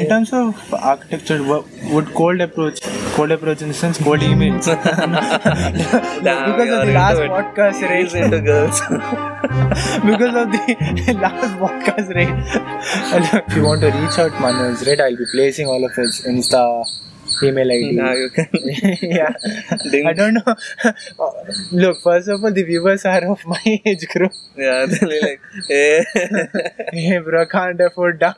In terms of architecture, what would cold approach, cold approach in the sense cold emails. Damn, because of the you're last into it. podcast, He's right? into girls. because of the last podcast, right? if you want to reach out Manoj, right, I'll be placing all of his Insta, email ID. now you can. yeah. Ding. I don't know. Look, first of all, the viewers are of my age group. Yeah, they'll be like, eh. hey, Hey, bro, can't afford da-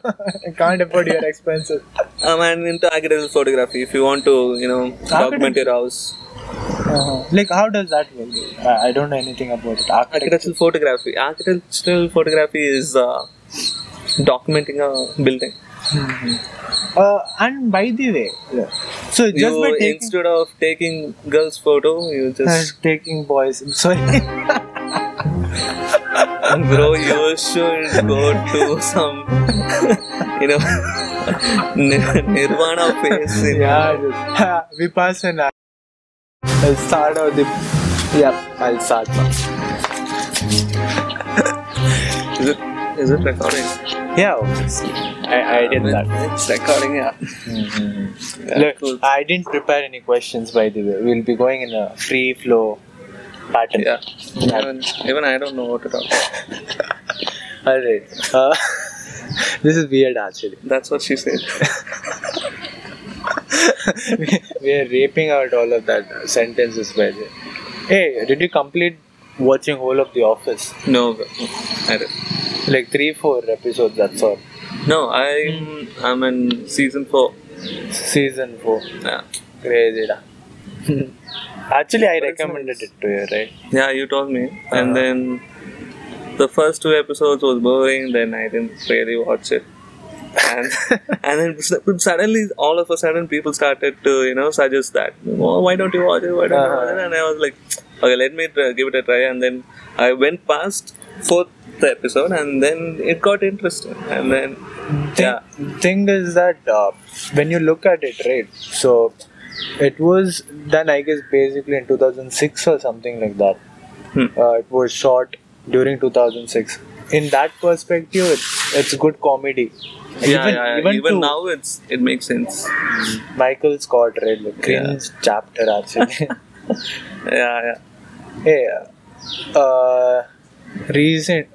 can't afford your expenses. I'm an Ah, into agricultural photography. If you want to, you know, document your house, Uh-huh. Like, how does that work? I, I don't know anything about it. Architecture. architectural photography. Architectural photography is uh, documenting a building. Uh, and by the way, so just you by taking, instead of taking girls' photo, you uh, just taking boys, sorry. bro, you should go to some, you know, nir- Nirvana phase. you know. yeah, just, vipassana. I'll start out the. Yep, I'll start now. Is it? Is it recording? Yeah, obviously. I, I did Um, that. It's recording, yeah. Yeah, Look, cool. I didn't prepare any questions by the way. We'll be going in a free flow pattern. Yeah. Even, even I don't know what to talk about. Alright. Uh, this is weird actually. That's what she said. we we are raping out all of that sentences by the way. Hey, did you complete watching whole of The Office? No, but- I don't. Like three, four episodes, that's all. No, I'm, I'm in season 4. Season four. Yeah. Crazy da. actually, I But it's recommended it to you, right? Yeah, you told me. And Uh-huh. then the first two episodes was boring, then I didn't really watch it. And and then s- suddenly, all of a sudden, people started to you know suggest that oh, why don't you watch it? Why don't you Uh-huh. watch it? And I was like, okay, let me try, give it a try. And then I went past fourth episode, and then it got interesting. And then yeah, thing is that uh, when you look at it right so it was done i guess basically in 2006 or something like that Hmm. uh, it was shot during 2006 in that perspective it's, it's good comedy yeah, even, yeah, even, to now it's it makes sense. michael scott right the cringe chapter actually Yeah, yeah. hey uh recent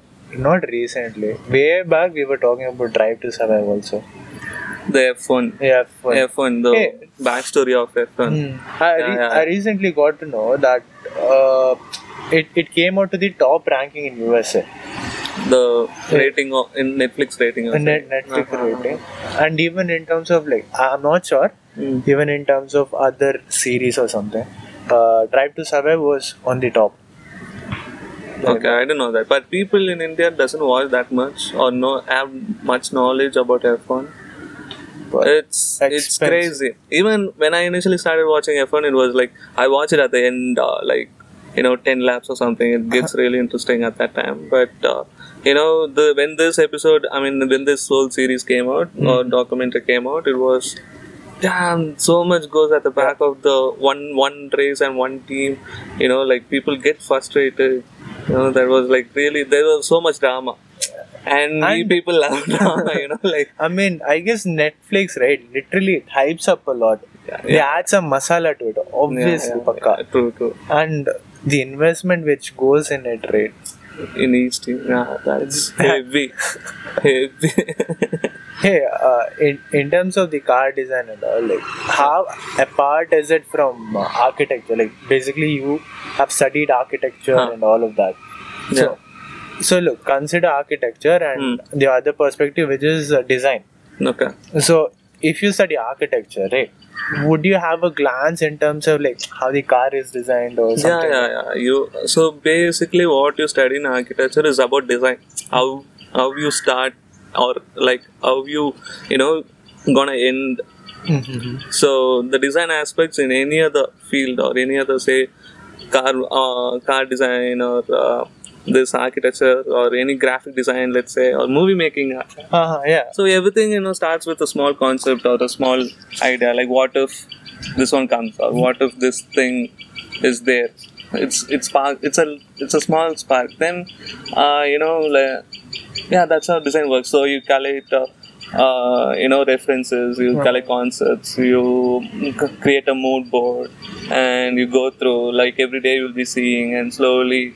not recently way back we were talking about drive to survive also The F1, yeah for- F1, the Hey. Hmm. backstory of I, F1. Yeah, re- yeah. I recently got to know that uh, it, it came out to the top ranking in USA, the rating of, in Netflix rating. Uh-huh. the of net, Netflix rating. And even in terms of like, I'm not sure, Hmm. even in terms of other series or something, uh, Drive to Survive was on the top. Okay, I don't know that, but people in India doesn't watch that much or know have much knowledge about F1. But It's it's Expensive. crazy. Even when I initially started watching F1, it was like I watch it at the end, uh, like you know, ten laps or something. It gets Uh-huh. really interesting at that time. But uh, you know, the when this episode, I mean, when this whole series came out or Mm-hmm. documentary came out, it was damn so much goes at the back of the one one race and one team. You know, like people get frustrated. You know, that was like really there was so much drama. And, we And- people love drama, you know, like I mean, I guess Netflix, right? Literally, it hypes up a lot. They add some masala to it, obviously, pakka. true, true. And the investment which goes in it, right? in each team. Yeah, that's heavy, heavy. Hey, uh, in in terms of the car design and all, like how apart is it from uh, architecture? Like basically, you have studied architecture Huh. and all of that. So, so look, consider architecture and Hmm. the other perspective, which is uh, design. okay. So, if you study architecture, right, would you have a glance in terms of like how the car is designed or Yeah, something? yeah, yeah. You so basically what you study in architecture is about design. How how you start or like how you you know gonna end So the design aspects in any other field or any other say car uh, car design or uh, this architecture or any graphic design let's say or movie making Uh-huh, yeah. so everything you know starts with a small concept or a small idea like what if this one comes or what if this thing is there it's it's spark it's a it's a small spark then uh, you know like, yeah that's how design works so you calculate uh, uh, you know references you collect concepts you c- create a mood board and you go through like every day you'll be seeing and slowly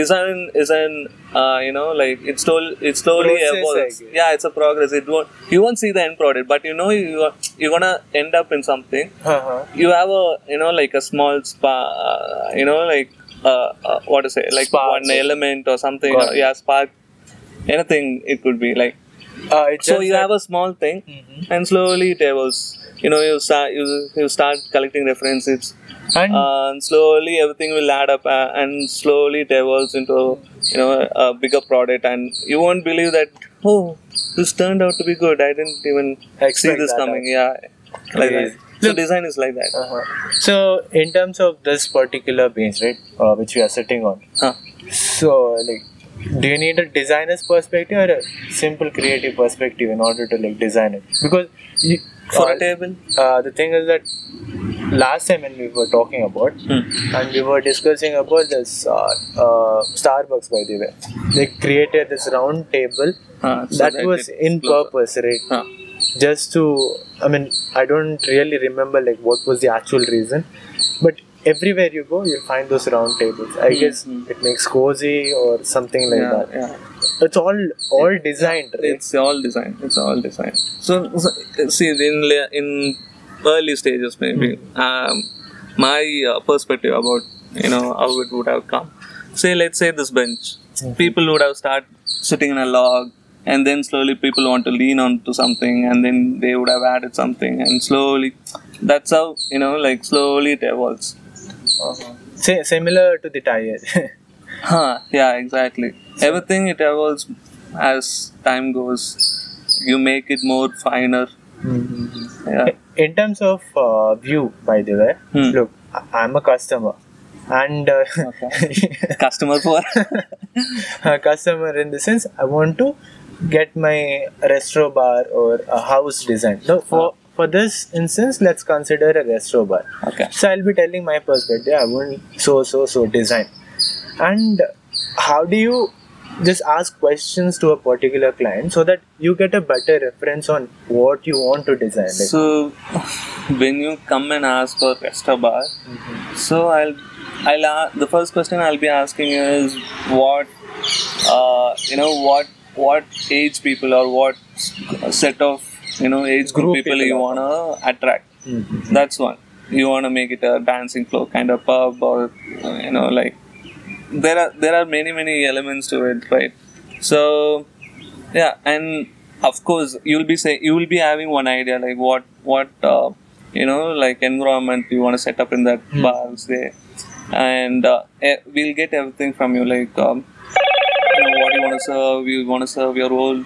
design is an uh, you know like it's slowly it slowly Process, I evolves guess. yeah it's a progress it won't you won't see the end product but you know you are, you're gonna end up in something Uh-huh. you have a you know like a small spa uh, you know like uh, uh, what to say like Spark. one element or something Got it. yeah spark anything it could be like Uh, it's so just you that- Mm-hmm. have a small thing and slowly it evolves you know you start you, you start collecting references and uh, and slowly everything will add up uh, and slowly it evolves into you know a bigger product and you won't believe that oh this turned out to be good i didn't even see Expect this that, coming yeah like Crazy. that. so design is like that uh-huh. so in terms of this particular base, right, uh, which we are sitting on, Huh. so like, do you need a designer's perspective or a simple creative perspective in order to like design it? Because you, for uh, a table uh, the thing is that last time when we were talking about and we were discussing about this uh, uh, starbucks by the way they created this round table Uh, so that was it- in purpose right Huh. just to i mean i don't really remember like what was the actual reason but everywhere you go you'll find those round tables i guess it makes cozy or something like Hmm. yeah, that yeah. it's all all designed right It's all design. It's all design. So, so see, in la- in early stages, maybe um, my uh, perspective about you know how it would have come. Say, let's say this bench. People would have started sitting in a log, and then slowly people want to lean onto something, and then they would have added something, and slowly, that's how you know, like slowly it evolves. Si- similar to the tire Huh, yeah, exactly. Everything it evolves as time goes. You make it more finer. Mm-hmm. Yeah. in terms of uh, view by the way Hmm. look I- i'm a customer and uh, Customer for a customer in the sense i want to get my restro bar or a house design so for Ah. for this instance let's consider a restro bar Okay. so i'll be telling my perspective i want so so so design and how do you just ask questions to a particular client so that you get a better reference on what you want to design like, So when you come and ask for extra bar, Mm-hmm. so I'll I'll a- the first question I'll be asking is what uh, you know what what age people or what s- set of you know age group, Group people, people you are. wanna attract. Mhm. That's one. You wanna make it a dancing floor kind of pub or uh, you know like there are there are many many elements to it right so yeah and of course you'll be say you will be having one idea like what what uh, you know like environment you want to set up in that bar say and uh, eh, we'll get everything from you like um, you know, what you want to serve you want to serve your own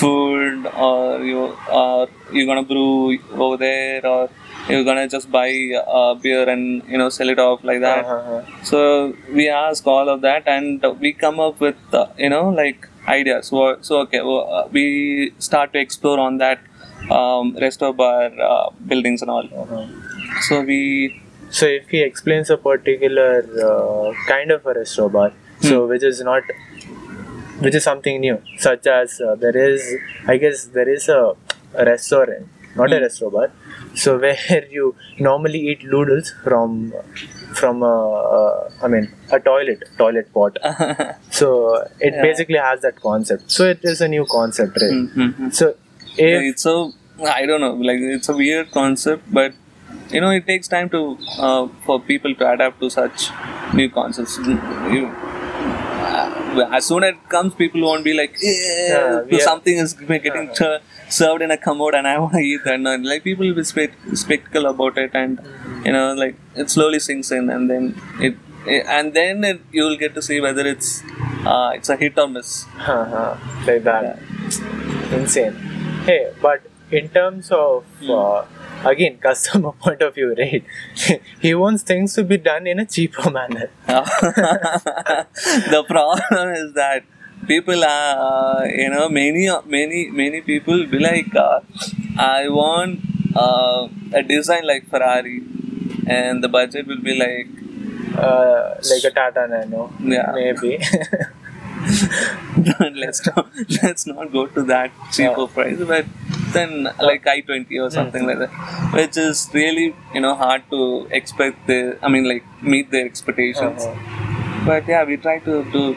food or you are you gonna brew over there or you're gonna just buy uh, beer and you know sell it off like that Uh-huh. so we ask all of that and we come up with uh, you know like ideas so, so okay well, uh, we start to explore on that um, rest of our uh, buildings and all uh-huh. so we So if he explains a particular uh, kind of a resto bar, so which is not, which is something new, such as uh, there is, I guess there is a, a restaurant, not a resto bar, so where you normally eat noodles from, from a, uh, I mean a toilet toilet pot. Ah. so it basically has that concept. So it is a new concept, right? So if it's Hmm. so i don't know like it's a weird concept but you know it takes time to uh, for people to adapt to such new concepts Mm, you, uh, as soon as it comes people won't be like Yeah, yeah, we are- something is getting ser- served in a commode and i want to eat that and like people will be spect- spectacle about it and you know like it slowly sinks in and then it eh, and then it, you'll get to see whether it's uh, it's a hit or miss Uh-huh, like that. Insane. Hey, but in terms of uh, again customer point of view, right? he wants things to be done in a cheaper manner. the problem is that people are, uh, you know, many, many, many people be like, uh, I want uh, a design like Ferrari, and the budget will be like, Uh, like a Tata Nano, Yeah. maybe. let's not, let's not go to that cheaper price, but than like I twenty or something like that, which is really you know hard to expect. The, I mean, like meet their expectations. Uh-huh. But yeah, we try to do.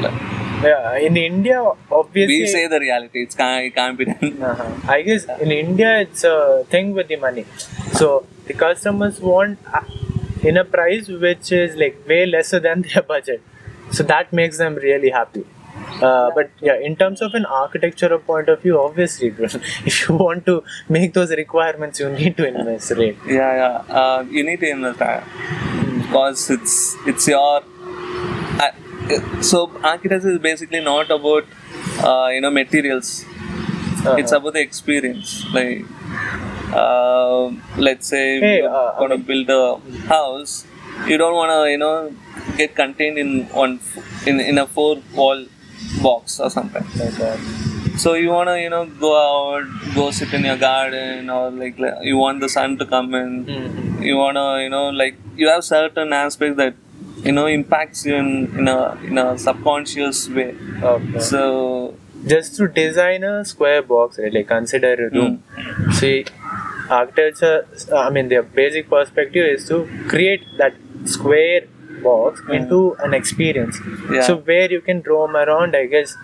Like, yeah in india obviously we say the reality. It's can't, it can't be done. Uh-huh. I guess in India it's a thing with the money. So the customers want uh, in a price which is like way lesser than their budget. So that makes them really happy. Uh, but yeah, in terms of an architectural point of view, obviously, if you want to make those requirements, you need to invest, right? Yeah, yeah. Uh, you need to invest time because it's it's your. I- So architecture is basically not about uh, you know materials. Uh-huh. It's about the experience. Like uh, let's say Hey, you're uh, I gonna build a house, you don't wanna you know get contained in one f- in in a four wall box or something. Like, uh, So you wanna you know go out, go sit in your garden, or like le- you want the sun to come in. You wanna you know like you have certain aspects that you know impacts you in, in a in a subconscious way. okay. So just to design a square box, right? Like consider a room. See, architecture. I mean, their basic perspective is to create that square box into an experience. Yeah. So where you can roam around, I guess,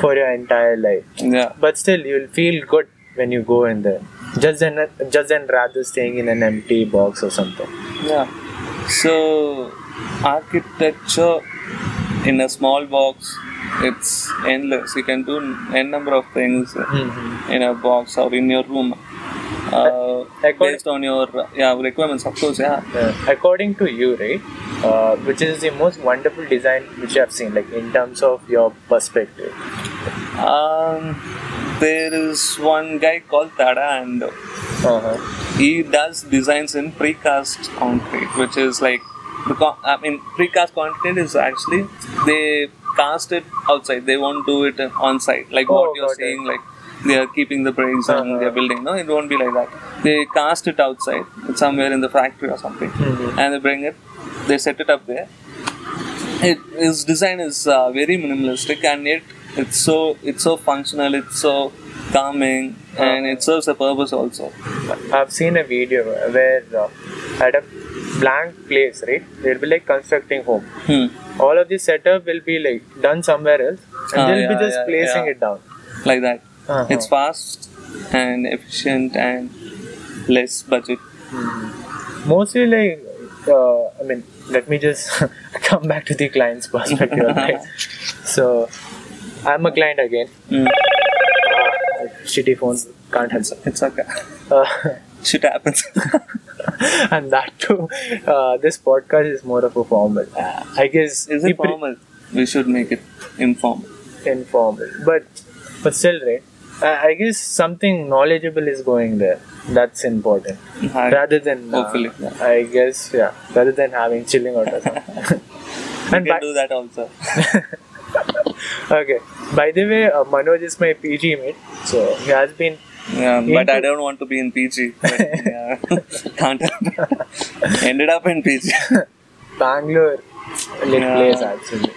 for your entire life. yeah, But still, you'll feel good when you go in there. Just than just than rather staying in an empty box or something. yeah. So architecture in a small box, it's endless. You can do n number of things Hmm. in a box or in your room. Uh, According- based on your yeah requirements, of course, yeah. Uh, according to you, right? Uh, which is the most wonderful design which you have seen, like in terms of your perspective. Um, there is one guy called Tada, and Uh-huh. he does designs in precast concrete, which is like the con- I mean, precast concrete is actually they cast it outside. They won't do it on site, like Oh, what you're got it. saying, like. They are keeping the bricks Uh-huh. and they're building. No, it won't be like that. They cast it outside, it's somewhere in the factory or something, Mhm. and they bring it. They set it up there, it, his design is uh, very minimalistic and yet it's so it's so functional it's so calming and it serves a purpose also I've seen a video where uh, at a blank place, right? They'll be like constructing home. hmm. All of the setup will be like done somewhere else, and Ah, they'll be yeah, just yeah, placing yeah. it down. like that Uh-huh. it's fast and efficient and less budget Mostly like, uh, I mean, let me just come back to the client's perspective, right? So, I'm a client again. Hmm. Uh, shitty phone can't help. it's okay Uh, shit happens and that too, uh, this podcast is more of a formal. I guess is the it pre- formal we should make it informal informal but but still right I, I guess something knowledgeable is going there that's important I- rather than uh, Hopefully, yeah. i guess yeah rather than having chilling out or something we and can by, do that also okay by the way uh, manoj is my pg mate so he has been yeah but i Into- don't want to be in pg but, yeah, can't happen. ended up in pg bangalore like Yeah. place actually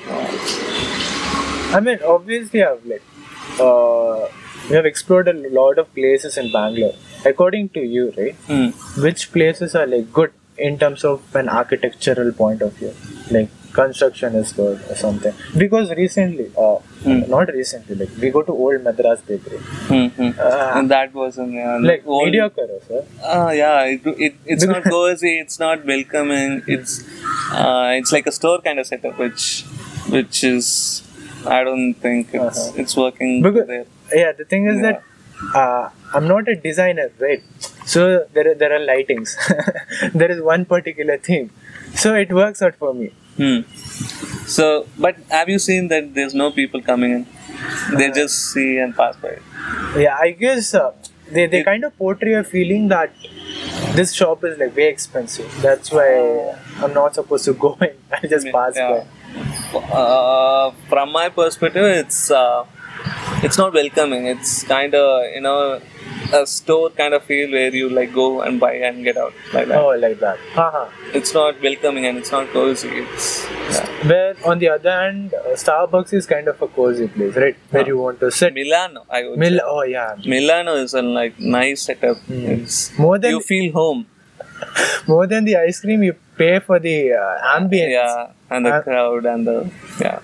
i mean obviously i've like uh, we have explored a lot of places in bangalore according to you right Hmm. which places are like good in terms of an architectural point of view like construction is good or something because recently uh, Hmm. not recently like we go to old madras bakery Mm-hmm. Ah. and that was an uh, like old- mediocre sir Ah, yeah, it, it, it's not cozy, it's not welcoming. It's uh, it's like a store kind of setup, which which is I don't think it's it's working Uh-huh. because there. yeah the thing is that uh, i'm not a designer right so there are, there are lightings there is one particular thing so it works out for me Hmm. So, but have you seen that there's no people coming in? They Uh-huh. just see and pass by. yeah i guess uh, they, they kind of portray a feeling that this shop is like way expensive that's why Oh. i'm not supposed to go in i just pass by Uh, from my perspective, it's uh, it's not welcoming. It's kind of you know a store kind of feel where you like go and buy and get out like that. Oh, like that. Uh-huh. It's not welcoming and it's not cozy. It's yeah. Where on the other hand, uh, Starbucks is kind of a cozy place, right? Where Huh. you want to sit. Milano. I would Mil- say. oh yeah, Milano is a like nice setup. It's More than- you feel home. more than the ice cream, you pay for the uh, ambience. Yeah, and the Uh, crowd and the yeah.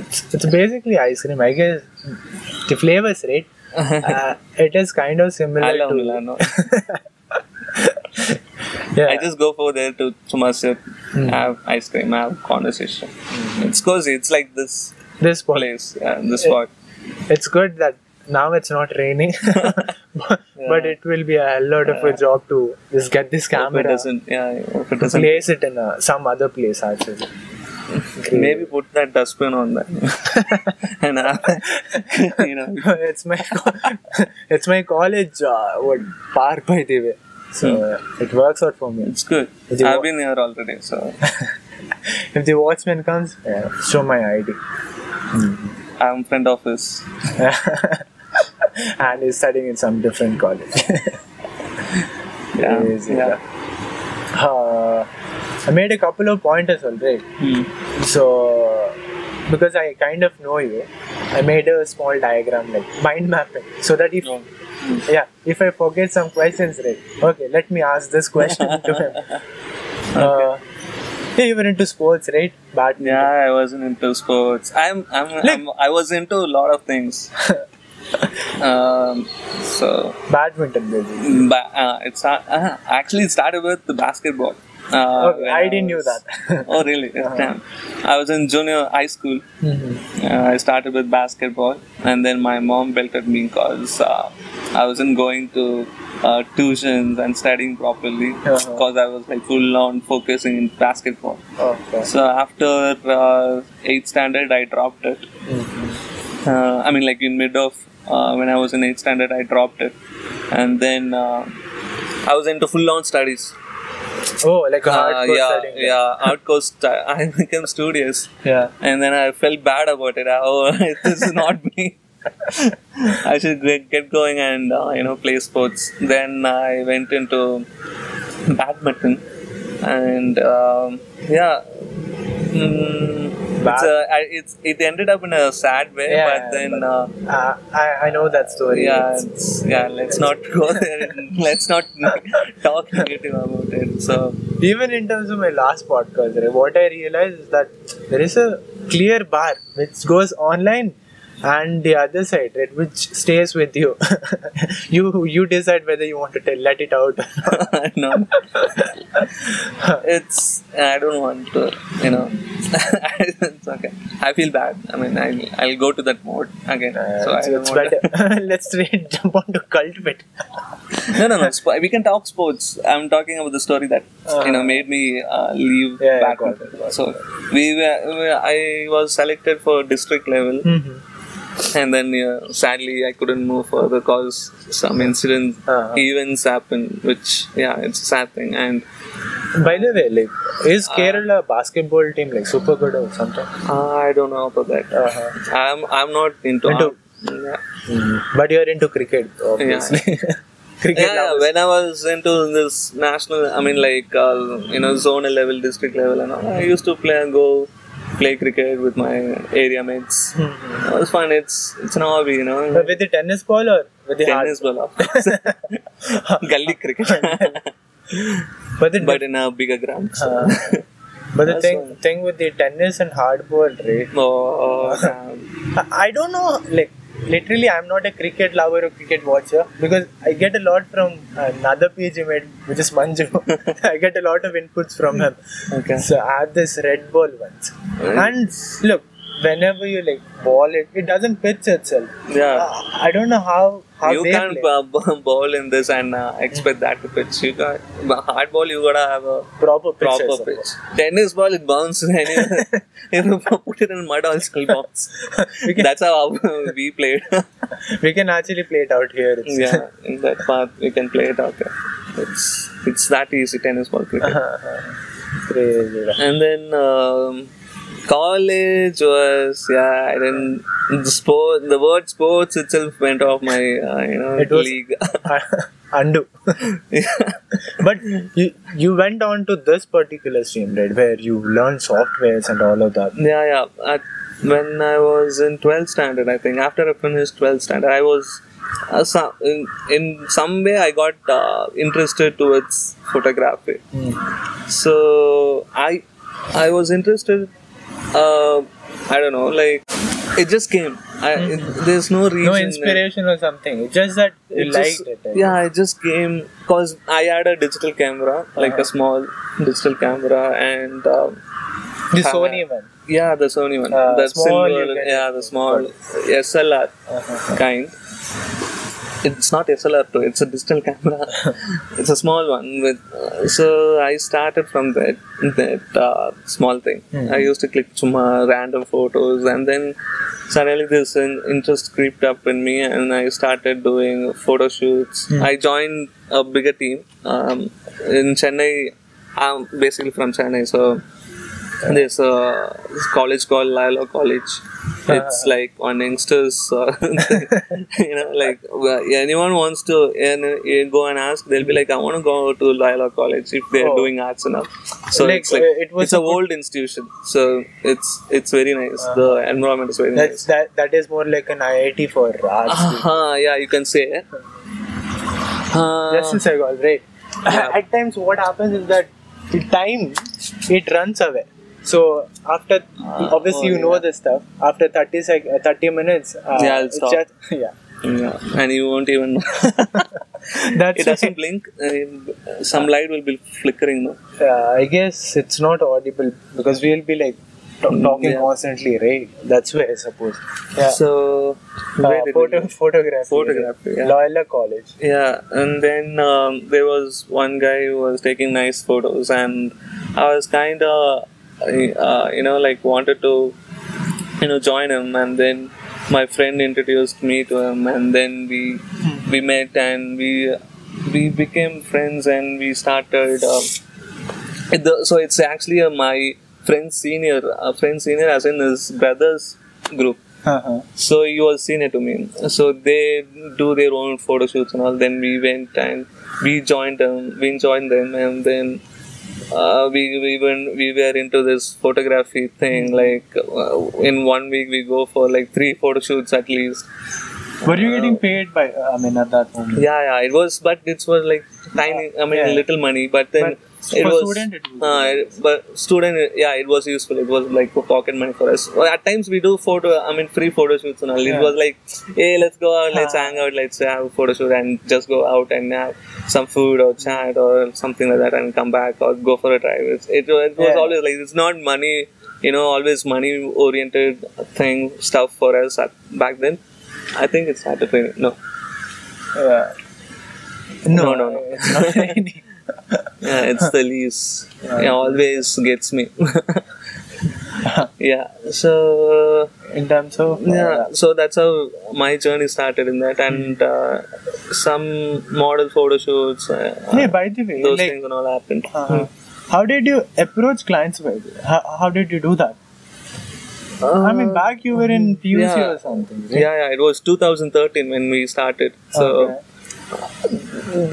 It's, it's basically ice cream. I guess the flavors, right? uh, it is kind of similar I love to Milano. yeah. Hmm. I just go for there to, to myself, have ice cream, have conversation. It's cozy. It's like this this point. place, yeah, this Eh, spot. It's good that now it's not raining, but, but it will be a hell lot of a job to just get this Hope it camera, doesn't, yeah, hope it doesn't. place it in a, some other place actually. Maybe put that dustbin on that, and uh, you know, it's my co- it's my college uh, what park by the way, Hmm. so uh, it works out for me. it's good. Did you I've wa- been here already, so If the watchman comes, yeah, show my ID. I'm friend of his. and is studying in some different college. Yeah, Crazy, yeah. Uh, I made a couple of pointers already. Hmm. So, because I kind of know you, I made a small diagram like mind mapping so that if No. yeah, if I forget some questions, right? Okay, let me ask this question to him. Uh, yeah, you were into sports, right? Badminton. Yeah, I wasn't into sports. I'm, I'm, I'm I was into a lot of things. um, so Badminton, basically. ba- uh, it start, uh, actually it started with the basketball. Uh, Okay, when Oh, I didn't was- know that. Uh-huh. oh really? Damn. I was in junior high school. Mm-hmm. Uh, I started with basketball, and then my mom belted me because uh, I wasn't going to uh, tuitions and studying properly because Uh-huh. I was like full on focusing in basketball. Okay. So after uh, eighth standard, I dropped it. Hmm. Uh, I mean, like in mid of uh, when I was in eighth standard, I dropped it, and then uh, I was into full on studies. Oh, like a Uh, hardcore yeah, studying. yeah, hardcore. Stu- I became studious, Yeah. and then I felt bad about it. I, oh, this is not me. I should get get going and uh, you know play sports. Then I went into badminton, and um, yeah. Mm, it's, Bad- a, I- it's it ended up in a sad way, Yeah, but then uh, Uh, I, I know that story. yeah, it's, yeah. Let's not go there. and let's not talk negative about it. So Even in terms of my last podcast, right, what I realized is that there is a clear bar which goes online and the other side, right, which stays with you. you you decide whether you want to tell, let it out. no, it's I don't want to. You know, it's okay. I feel bad. I mean, I'll, I'll go to that mode again. so I Uh, it's, don't it's want to- better. Let's straight jump onto cult bit. no, no, no. Sp- we can talk sports. I'm talking about the story that you know made me uh, leave Uh-huh. Yeah, yeah, badminton. so we were, we were- I was selected for district level, Mm-hmm. Hmm. and then uh, sadly I couldn't move further because some incidents, Uh-huh. events happened, which yeah, it's a sad thing. And By the way, like, Uh, is Kerala basketball team like super good or something? I don't know about that. Uh-huh. I'm I'm not into. Into- yeah. But you're into cricket, obviously. cricket Mm-hmm. Yeah, yeah, lovers. when I was into this national, I mean, like uh, you know, zonal level, district level, and all, I used to play and go play cricket with my area mates. It was fun. It's it's an hobby, you know. Hmm. But with the tennis ball or with the Tennis ball, of course. Gully cricket, hard? But the but in a bigger ground. So. Uh, but the thing thing with the tennis and hardball, right? Oh, damn. I- I don't know. Like literally, I'm not a cricket lover or cricket watcher because I get a lot from uh, another PG mate, which is Manju. I get a lot of inputs from him. Okay. So I have this red ball once, Right. and look, whenever you like ball it, it doesn't pitch itself. yeah. Uh, I don't know how how you they can't play. uh, b- bowl in this and uh, expect that to pitch. You got hard ball. You gotta have a proper pitch. proper itself. pitch. Tennis ball, it bounces anywhere. if you put it in mud, also it bounce. That's how uh, we played. We can actually play it out here. It's- yeah, in that path, we can play it out there. It's, Uh-huh. it's that easy, tennis ball cricket. Crazy. And then, um, College was yeah. I didn't the sport. The word sports itself went off my uh, you know It was- league. undo. but you you went on to this particular stream, right, where you learn softwares and all of that. Yeah, yeah. At, when I was in 12th standard, I think after I finished 12th standard, I was uh, some, in, in some way I got uh, interested towards photography. Hmm. So I I was interested. Uh, I don't know, like it just came. I, it- there's no reason. Hmm. No inspiration or something. It's just that you It liked just- it. I Yeah, I just came because I had a digital camera, like Uh-huh. a small digital camera, and. Um, guess. The Sony one. yeah, the Sony one. Uh, the small you silver, can- yeah, the small SLR Uh-huh. kind. It's not SLR too. It's a digital camera. it's a small one. With uh, so I started from that that uh, small thing. Hmm. I used to click some uh, random photos, and then suddenly this in- interest crept up in me, and I started doing photo shoots. Hmm. I joined a bigger team um, in Chennai. I'm basically from Chennai, so there's a college called Lilo College. It's Uh-huh. like on youngsters, uh, you know, like well, anyone wants to and, uh, you go and ask, they'll be like, I want to go to Lilo College if they're Oh. doing arts enough. So Like, it's like uh, it was it's a a good- old institution, so it's it's very nice. the environment is very Uh-huh. That's nice. that. That is more like an IIT for arts. Uh-huh, yeah, you can say. it. Uh, That's the psychology, right? Yeah. At times, what happens is that the time it runs away. So after, obviously, oh, you know yeah. this stuff. After thirty sec- uh, thirty minutes, uh, Yeah, I'll it's stop. Just, yeah, yeah, and you won't even. that's it doesn't blink. Uh, some light will be flickering. No? Uh, I guess it's not audible because we'll be like t- talking yeah. constantly, right? That's where I suppose. Mm-hmm. Yeah. So, where uh, did we photo- go? photography. Photography, yeah. Loyola College. yeah, and then um, there was one guy who was taking nice photos, and I was kind of, uh, you know, like wanted to, you know, join him, and then my friend introduced me to him, and then we we met and we we became friends, and we started. Um, it- the, so it's actually uh, my friend's senior, uh, friend senior, as in his brother's group. Uh-huh. So he was senior to me. So they do their own photo shoots and all. Then we went and we joined them. We joined them, and then uh, we we went, we were into this photography thing. Like uh, in one week, we go for like three photo shoots at least. Were you getting paid by? I mean, at that moment. Yeah, yeah. It was, but it was like tiny. I mean, Yeah. little money. But then But it for was student it was uh, it- but student. Yeah, it was useful. It was like for pocket money for us. Well, at times we do photo. I mean, free photo shoots and all. It Yeah. was like, hey, let's go out, let's hang out, let's have a photo shoot and just go out and have some food or chat or something like that and come back or go for a drive. It's, it was, it was Yeah. always like it's not money. You know, always money oriented thing stuff for us at, back then. I think it started raining. No. Yeah. No, no, no. It's not any. Yeah, it's the leaves. Yeah, always gets me. yeah. So In terms of uh, yeah, so that's how my journey started in that, and uh, some model photo shoots, uh, Hey, by the way, those like, things and all happened. uh, how did you approach clients? By the way? How, how did you do that? I mean, back you were in PUC yeah. or something. Right? yeah, yeah. It was 2013 when we started. So. Okay.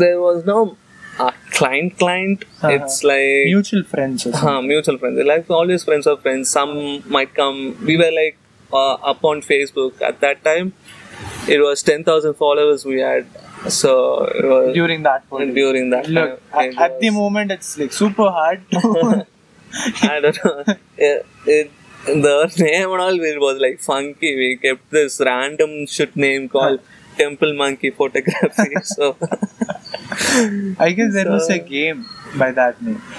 there was no uh, client client Uh-huh. it's like mutual friends. Or something. uh, mutual friends They're like always friends of friends some might come we were like uh, up on facebook at that time it was 10000 followers we had so it was during that point. during that Look, time, at, it at the was- moment, it's like super hard. to- I don't know. It, it, the name and all it was like funky. We kept this random shit name called Temple Monkey Photography. so uh, I guess there was a game by that name.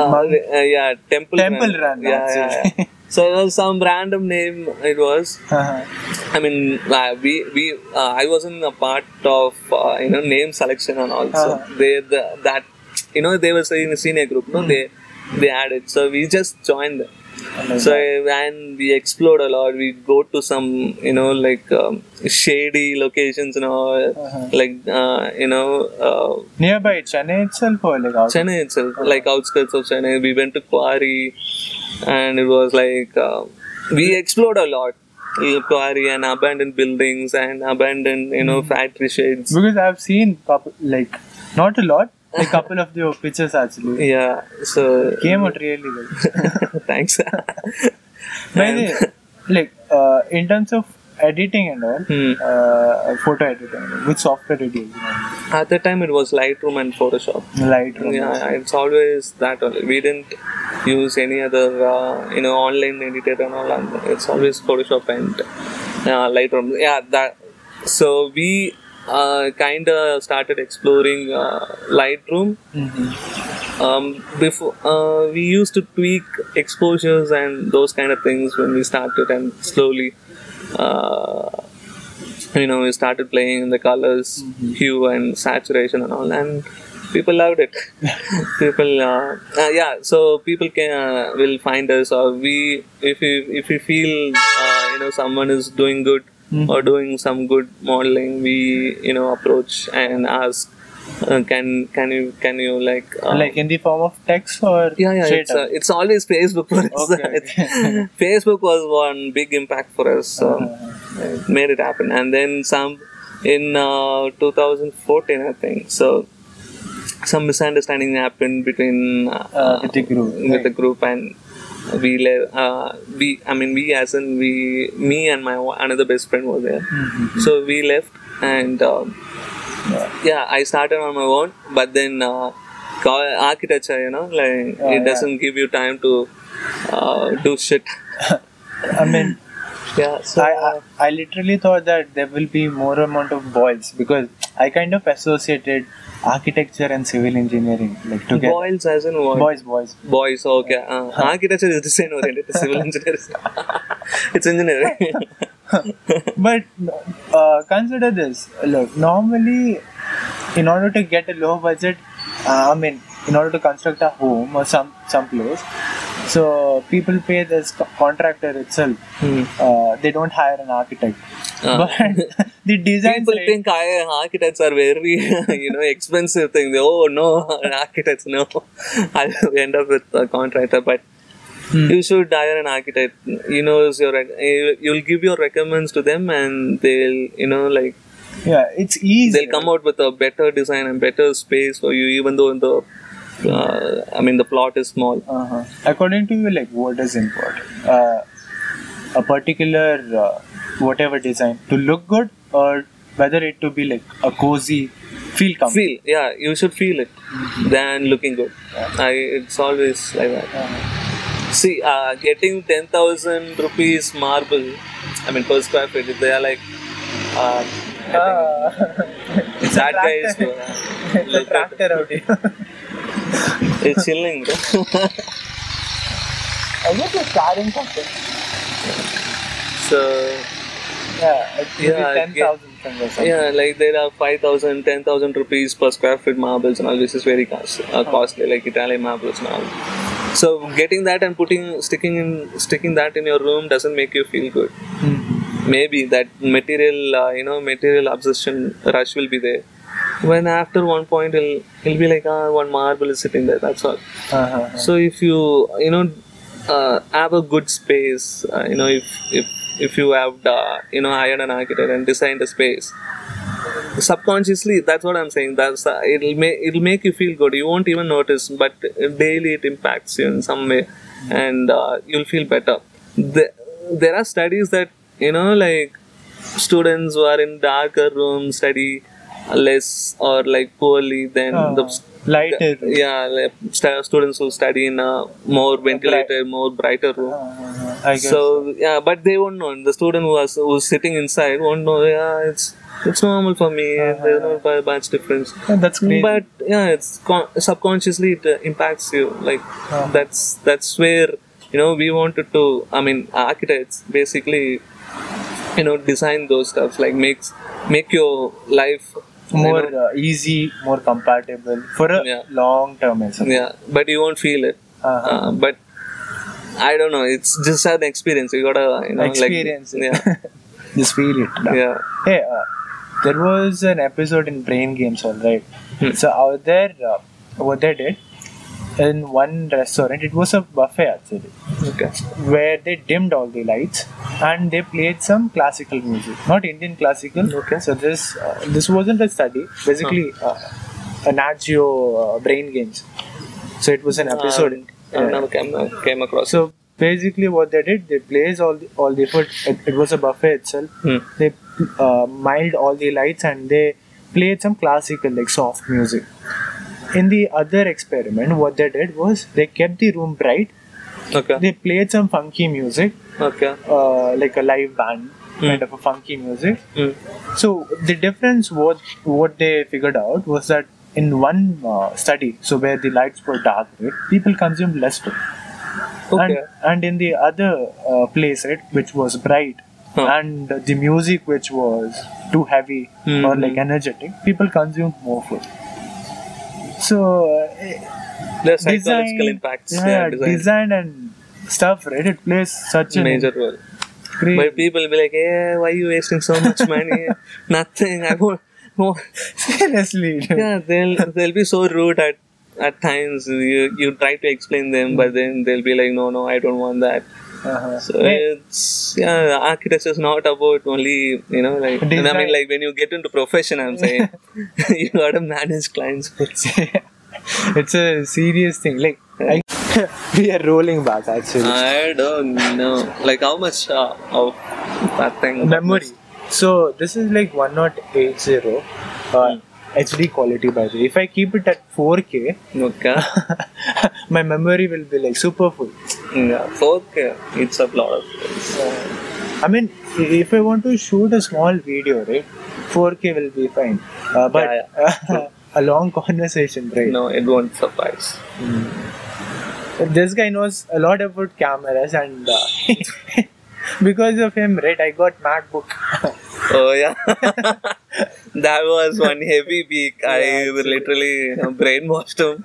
Uh, uh, yeah, temple. Temple Run, Yeah, yeah, actually. yeah. So it was some random name. It was. Uh-huh. I mean, uh, we we uh, I wasn't a part of uh, you know name selection and also Uh-huh. they the, that you know they were in a senior group. No, they they had it. So we just joined. them. So and we explored a lot. We go to some you know like um, shady locations and all. Like uh, you know uh, nearby Chennai itself or like out? Chennai itself, like outskirts of Chennai. We went to Quarry, and it was like uh, we explored a lot. Uh, Quarry and abandoned buildings and abandoned you know factory sheds. because I've seen couple, like not a lot, a couple of your pictures actually Yeah. So came out really well. thanks. By the way, like uh, in terms of editing and all, Hmm. uh, photo editing, which software did you use? At that time, it was Lightroom and Photoshop. Lightroom. Yeah, it's always that only. We didn't use any other, uh, you know, online editor and all. that. It's always Photoshop and uh, Lightroom. Yeah, that. So we uh, kind of started exploring uh, Lightroom. Mhm. Um, before uh, we used to tweak exposures and those kind of things when we started, and slowly. Uh, you know, we started playing in the colors, hue and saturation and all, and people loved it. people, uh, uh, yeah. So people can uh, will find us, or we if we if we feel uh, you know someone is doing good or doing some good modeling, we you know approach and ask, uh, can can you can you like uh, like in the form of text or yeah, yeah, straight it's, up? uh, it's always Facebook for us. Okay, okay. Facebook was one big impact for us. So Uh-huh. it made it happen. And then some in uh, 2014, I think. So some misunderstanding happened between uh, uh, with the group. with the group and we le- uh, we I mean we as in we me and my wa- another best friend were there. Mm-hmm. So we left and um, yeah, I started on my own, but then uh, co- architecture, you know, like Oh, Yeah, it doesn't give you time to uh, do shit. I mean, Yeah, so I, I I literally thought that there will be more amount of boils because I kind of associated architecture and civil engineering like together. boils as in what? Boys, boys. Boys, okay. Uh, architecture is design oriented, civil engineering. it's engineering. But uh, consider this. Look, normally, in order to get a low budget, uh, I mean, in order to construct a home or some some place, so people pay this co- contractor itself. Hmm. Uh, they don't hire an architect. Ah. But the design people think I, architects are very you know expensive thing they, oh no architects no i'll end up with a contractor but you should hire an architect you know is your you- you'll give your recommends to them and they'll you know like yeah, it's easy. they'll come out with a better design and better space for you even though the uh, i mean the plot is small Uh-huh. According to you, like what is important? Uh, a particular uh, whatever design to look good, or whether it to be like a cozy, feel comfortable. feel yeah you should feel it than looking good I, it's always like that See, uh, getting 10,000 rupees marble, I mean, per square feet, they are like, uh, Ah. it's that a guy is tractor. it's a look at- tractor out here. it's chilling. bro. I guess it's carrying something. so, Yeah, it's Yeah, yeah, ten thousand or something. yeah, like there are 5,000, 10,000 rupees per square feet marbles and all this is very cost, Oh. uh, costly, like Italian marbles and all. So, getting that and putting, sticking in, sticking that in your room doesn't make you feel good. Mhm. maybe that material uh, you know material obsession rush will be there when after one point he'll, he'll be like ah one marble is sitting there that's all Uh-huh. so if you you know uh, have a good space uh, you know if if if you have uh, you know hired an architect and designed a space subconsciously that's what i'm saying that's uh, it'll make it'll make you feel good you won't even notice but daily it impacts you in some way and uh, you'll feel better the, there are studies that you know like students who are in darker rooms study less or like poorly than Uh, Ah. the Lighter. yeah, like, st- students who study in a more ventilated, more brighter room. Uh, I guess. So yeah, but they won't know. The student who was who's sitting inside won't know. Yeah, it's it's normal for me. Uh-huh. There's not bu- much difference. Yeah, that's crazy. But yeah, it's con- subconsciously it uh, impacts you. Like Uh-huh. that's that's where you know we wanted to. I mean, architects basically, you know, design those stuffs like makes make your life you more know, uh, easy, more compatible for a Yeah. long term. I suppose. yeah but you won't feel it Uh-huh. Uh, but I don't know. It's just an experience. You gotta you know Experience it. like yeah The spirit. yeah Hey, uh, there was an episode in Brain Games, alright. Hmm. So out there, uh, what they did in one restaurant, it was a buffet actually, okay where they dimmed all the lights and they played some classical music, not Indian classical. Okay. Hmm. So this uh, this wasn't a study, basically uh, an Nat Geo, uh, Brain Games. So it was an episode. Um, I Yeah. never came, I came across. it. So basically, what they did, they placed all the, all the food. It, it was a buffet itself. Hmm. They uh, mild all the lights and they played some classical, like soft music. In the other experiment, what they did was they kept the room bright. okay They played some funky music, okay uh, like a live band Hmm. kind of a funky music. Mm. So the difference what what they figured out was that in one uh, study, so where the lights were dark, right, people consumed less food okay and, and in the other uh, place right which was bright Huh. and the music which was too heavy Mhm. or like energetic people consumed more food so uh, there's design, psychological impacts yeah, design, design. and stuff right it plays such a major role great but people will be like yeah why are you wasting so much money nothing I won't, won't. seriously dude. yeah they'll they'll be so rude at at times you you try to explain them but then they'll be like no no I don't want that Uh-huh. So Hey, it's yeah, architecture is not about only you know like and I Design. mean like when you get into profession, I'm saying you gotta manage clients. first. it's a serious thing like I, we are rolling back actually I don't know, like how much uh, of that thing memory. So this is like 10880 uh, Hmm. HD quality by the way. If I keep it at 4K, Okay, my memory will be like super full. yeah, okay, it's a lot of things. Uh, I mean, i- if I want to shoot a small video, right, 4K will be fine. Uh, but Yeah, a long conversation, right? No, it won't suffice. This guy knows a lot about cameras and. Uh, Because of him, right? I got MacBook. Oh yeah, that was one heavy week. I literally you know, brainwashed him.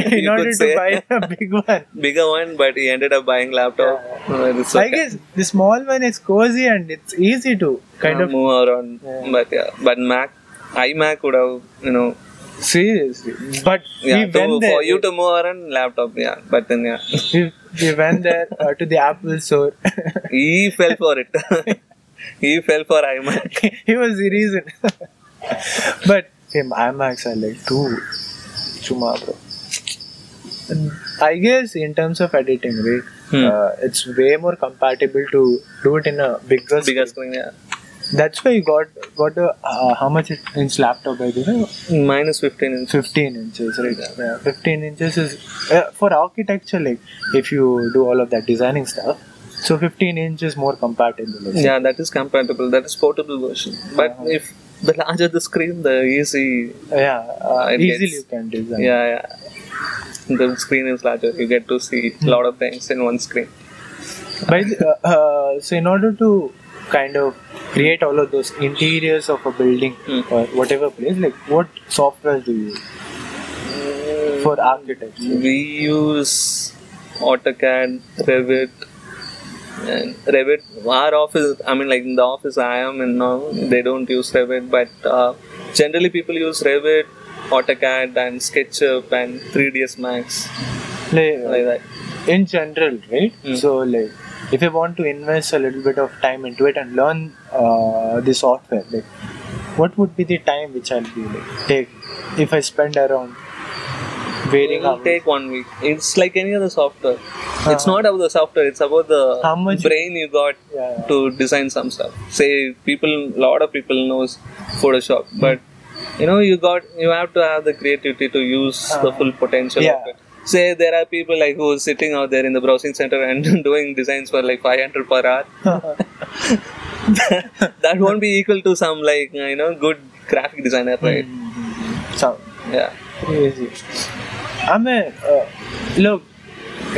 in You could order to say. buy a big one. bigger one, but he ended up buying laptop. Uh, it's I guess the small one is cozy and it's easy to kind uh, of move around, Yeah. but yeah, but Mac, iMac would have you know. seriously. But Yeah, we to, went there. for you to move around laptop, yeah, but then yeah, we, we went there uh, to the Apple store. he fell for it. he fell for iMac. he was the reason. but him IMAX are like too chuma bro. I guess in terms of editing, right? Hmm. Uh, it's way more compatible to do it in a bigger. Bigger screen, yeah. That's why you got got a uh, how much inch laptop I think. Minus 15 inch. 15 inches right yeah. 15 inches is uh, for architecture like if you do all of that designing stuff so 15 inch is more compatible let's say. Yeah, that is compatible. That is portable version. But Uh-huh. if the larger the screen, the easy. yeah uh, It easily gets- you can design Yeah, yeah. The screen is larger. You get to see a lot of things in one screen. By the, uh, uh, so in order to kind of create all of those interiors of a building Hmm. or whatever place like what software do you use for Hmm. architecture we use AutoCAD, Revit, and Revit. Our office, I mean, like in the office I am in now, they don't use Revit, but uh, generally people use Revit, AutoCAD, and SketchUp and 3ds Max like, uh, like that. in general right Hmm. so like if you want to invest a little bit of time into it and learn uh, the software like what would be the time which i'll be like take if i spend around varying It'll hours? take one week. It's like any other software. It's not about the software. It's about the Uh-huh. How much- brain you got yeah to design some stuff. Say people, lot of people knows Photoshop, Hmm. but you know you got you have to have the creativity to use the Uh, full potential of yeah. it. Say there are people like who are sitting out there in the browsing center and doing designs for like 500 per hour. that won't be equal to some like uh, you know good graphic designer, right? so Yeah. crazy i'm a uh, look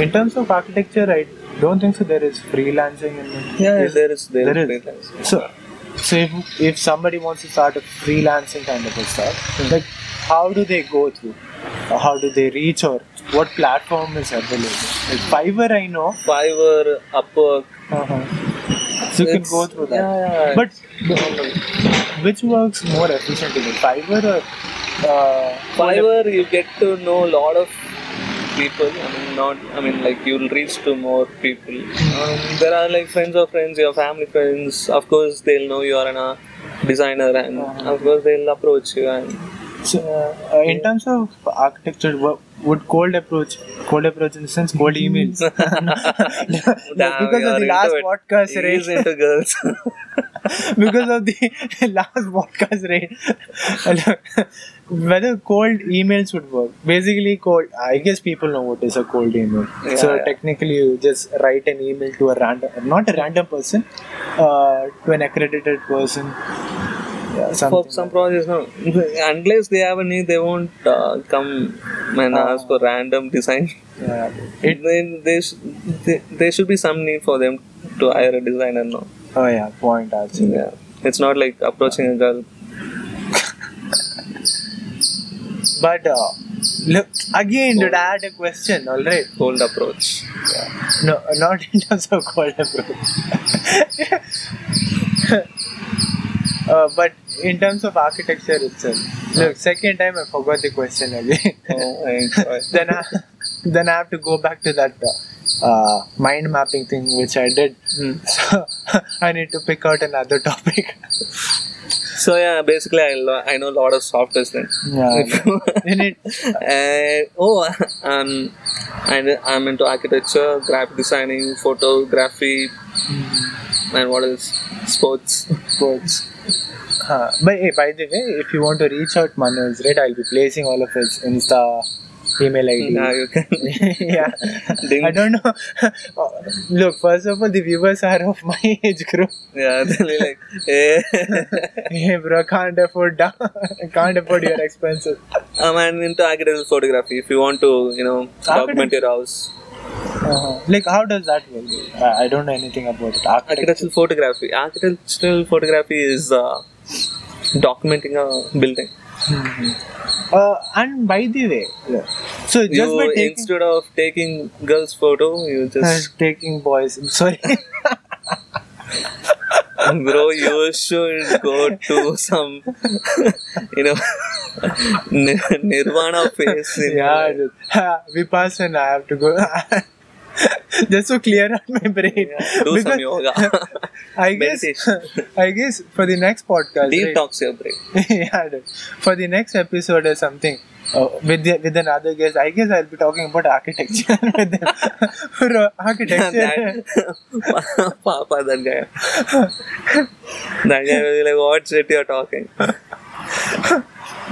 in terms of architecture i don't think so there is freelancing in it. Yeah, Is- there is there, there is. is. Hmm. So, so if, if somebody wants to start a freelancing kind of a stuff, like how do they go through? Or how do they reach or what platform is available? Like Fiverr, I know. Fiverr, Upwork. Uh-huh. So you can It's- go through that. yeah, yeah, yeah. But which works more efficiently, Fiverr or uh, Fiverr, you get to know a lot of people. I mean, not. I mean, like you'll reach to more people. Um, there are like friends of friends, your family friends. Of course, they'll know you are an, a designer, and Uh-huh. of course they'll approach you. And So, uh, in terms of architecture, wo- would cold approach, cold approach in the sense, cold emails? Damn, because you of the are Hmm. into last it. podcast He is raid, into girls. because of the last podcast raid, whether cold emails would work. Basically, cold. I guess people know what is a cold email. Yeah, so yeah. technically, you just write an email to a random, not a random person, uh, to an accredited person. Yeah, for something some projects, no. Unless they have a need, they won't uh, come and Uh-huh. ask for random design. like- yeah. It then they, sh- they there should be some need for them to hire a designer. No, Oh yeah, point actually. yeah, it's not like approaching a girl. But uh, look, again, did I had a question? All right, cold approach. no, not in terms of cold approach, uh, but in terms of architecture itself. Look, second time I forgot the question again. Oh, I enjoy. then I, then I have to go back to that uh, uh, mind mapping thing which I did. So I need to pick out another topic. so yeah, basically I, lo- I know a lot of softwares then. yeah, you need. and oh, um, and I'm into architecture, graphic designing, photography, and what else? Sports. Sports. Huh. But hey, by the way, if you want to reach out Manoj, right, I'll be placing all of his Insta email ID. Yeah, Mm, ah, you can. yeah. Ding. I don't know. Look, first of all, the viewers are of my age group. Yeah, they'll be like, eh. hey, bro, can't afford da- can't afford your expenses. um, I'm into architectural photography. If you want to, you know, document your house, Uh-huh. Like, how does that work? I, I don't know anything about it. Architecture. architectural photography. Architectural photography is uh, documenting a building. Uh, and by the way, yeah. so just you, by taking instead of taking girls' photo, you uh, just taking boys, sorry. bro, you should go to some, you know, Nir- Nirvana uh, face. you know. yeah, dude. Ha, Vipassana, हाँ, I have to go. Just to clear out my brain. Do some Because yoga. I guess, meditation. I guess for the next podcast, right? Detox your brain. yeah, dude. for the next episode or something uh, with the, with another guest, I guess I'll be talking about architecture with them. Bro, architecture. that Papa, that guy. that guy will be like, what shit you're talking?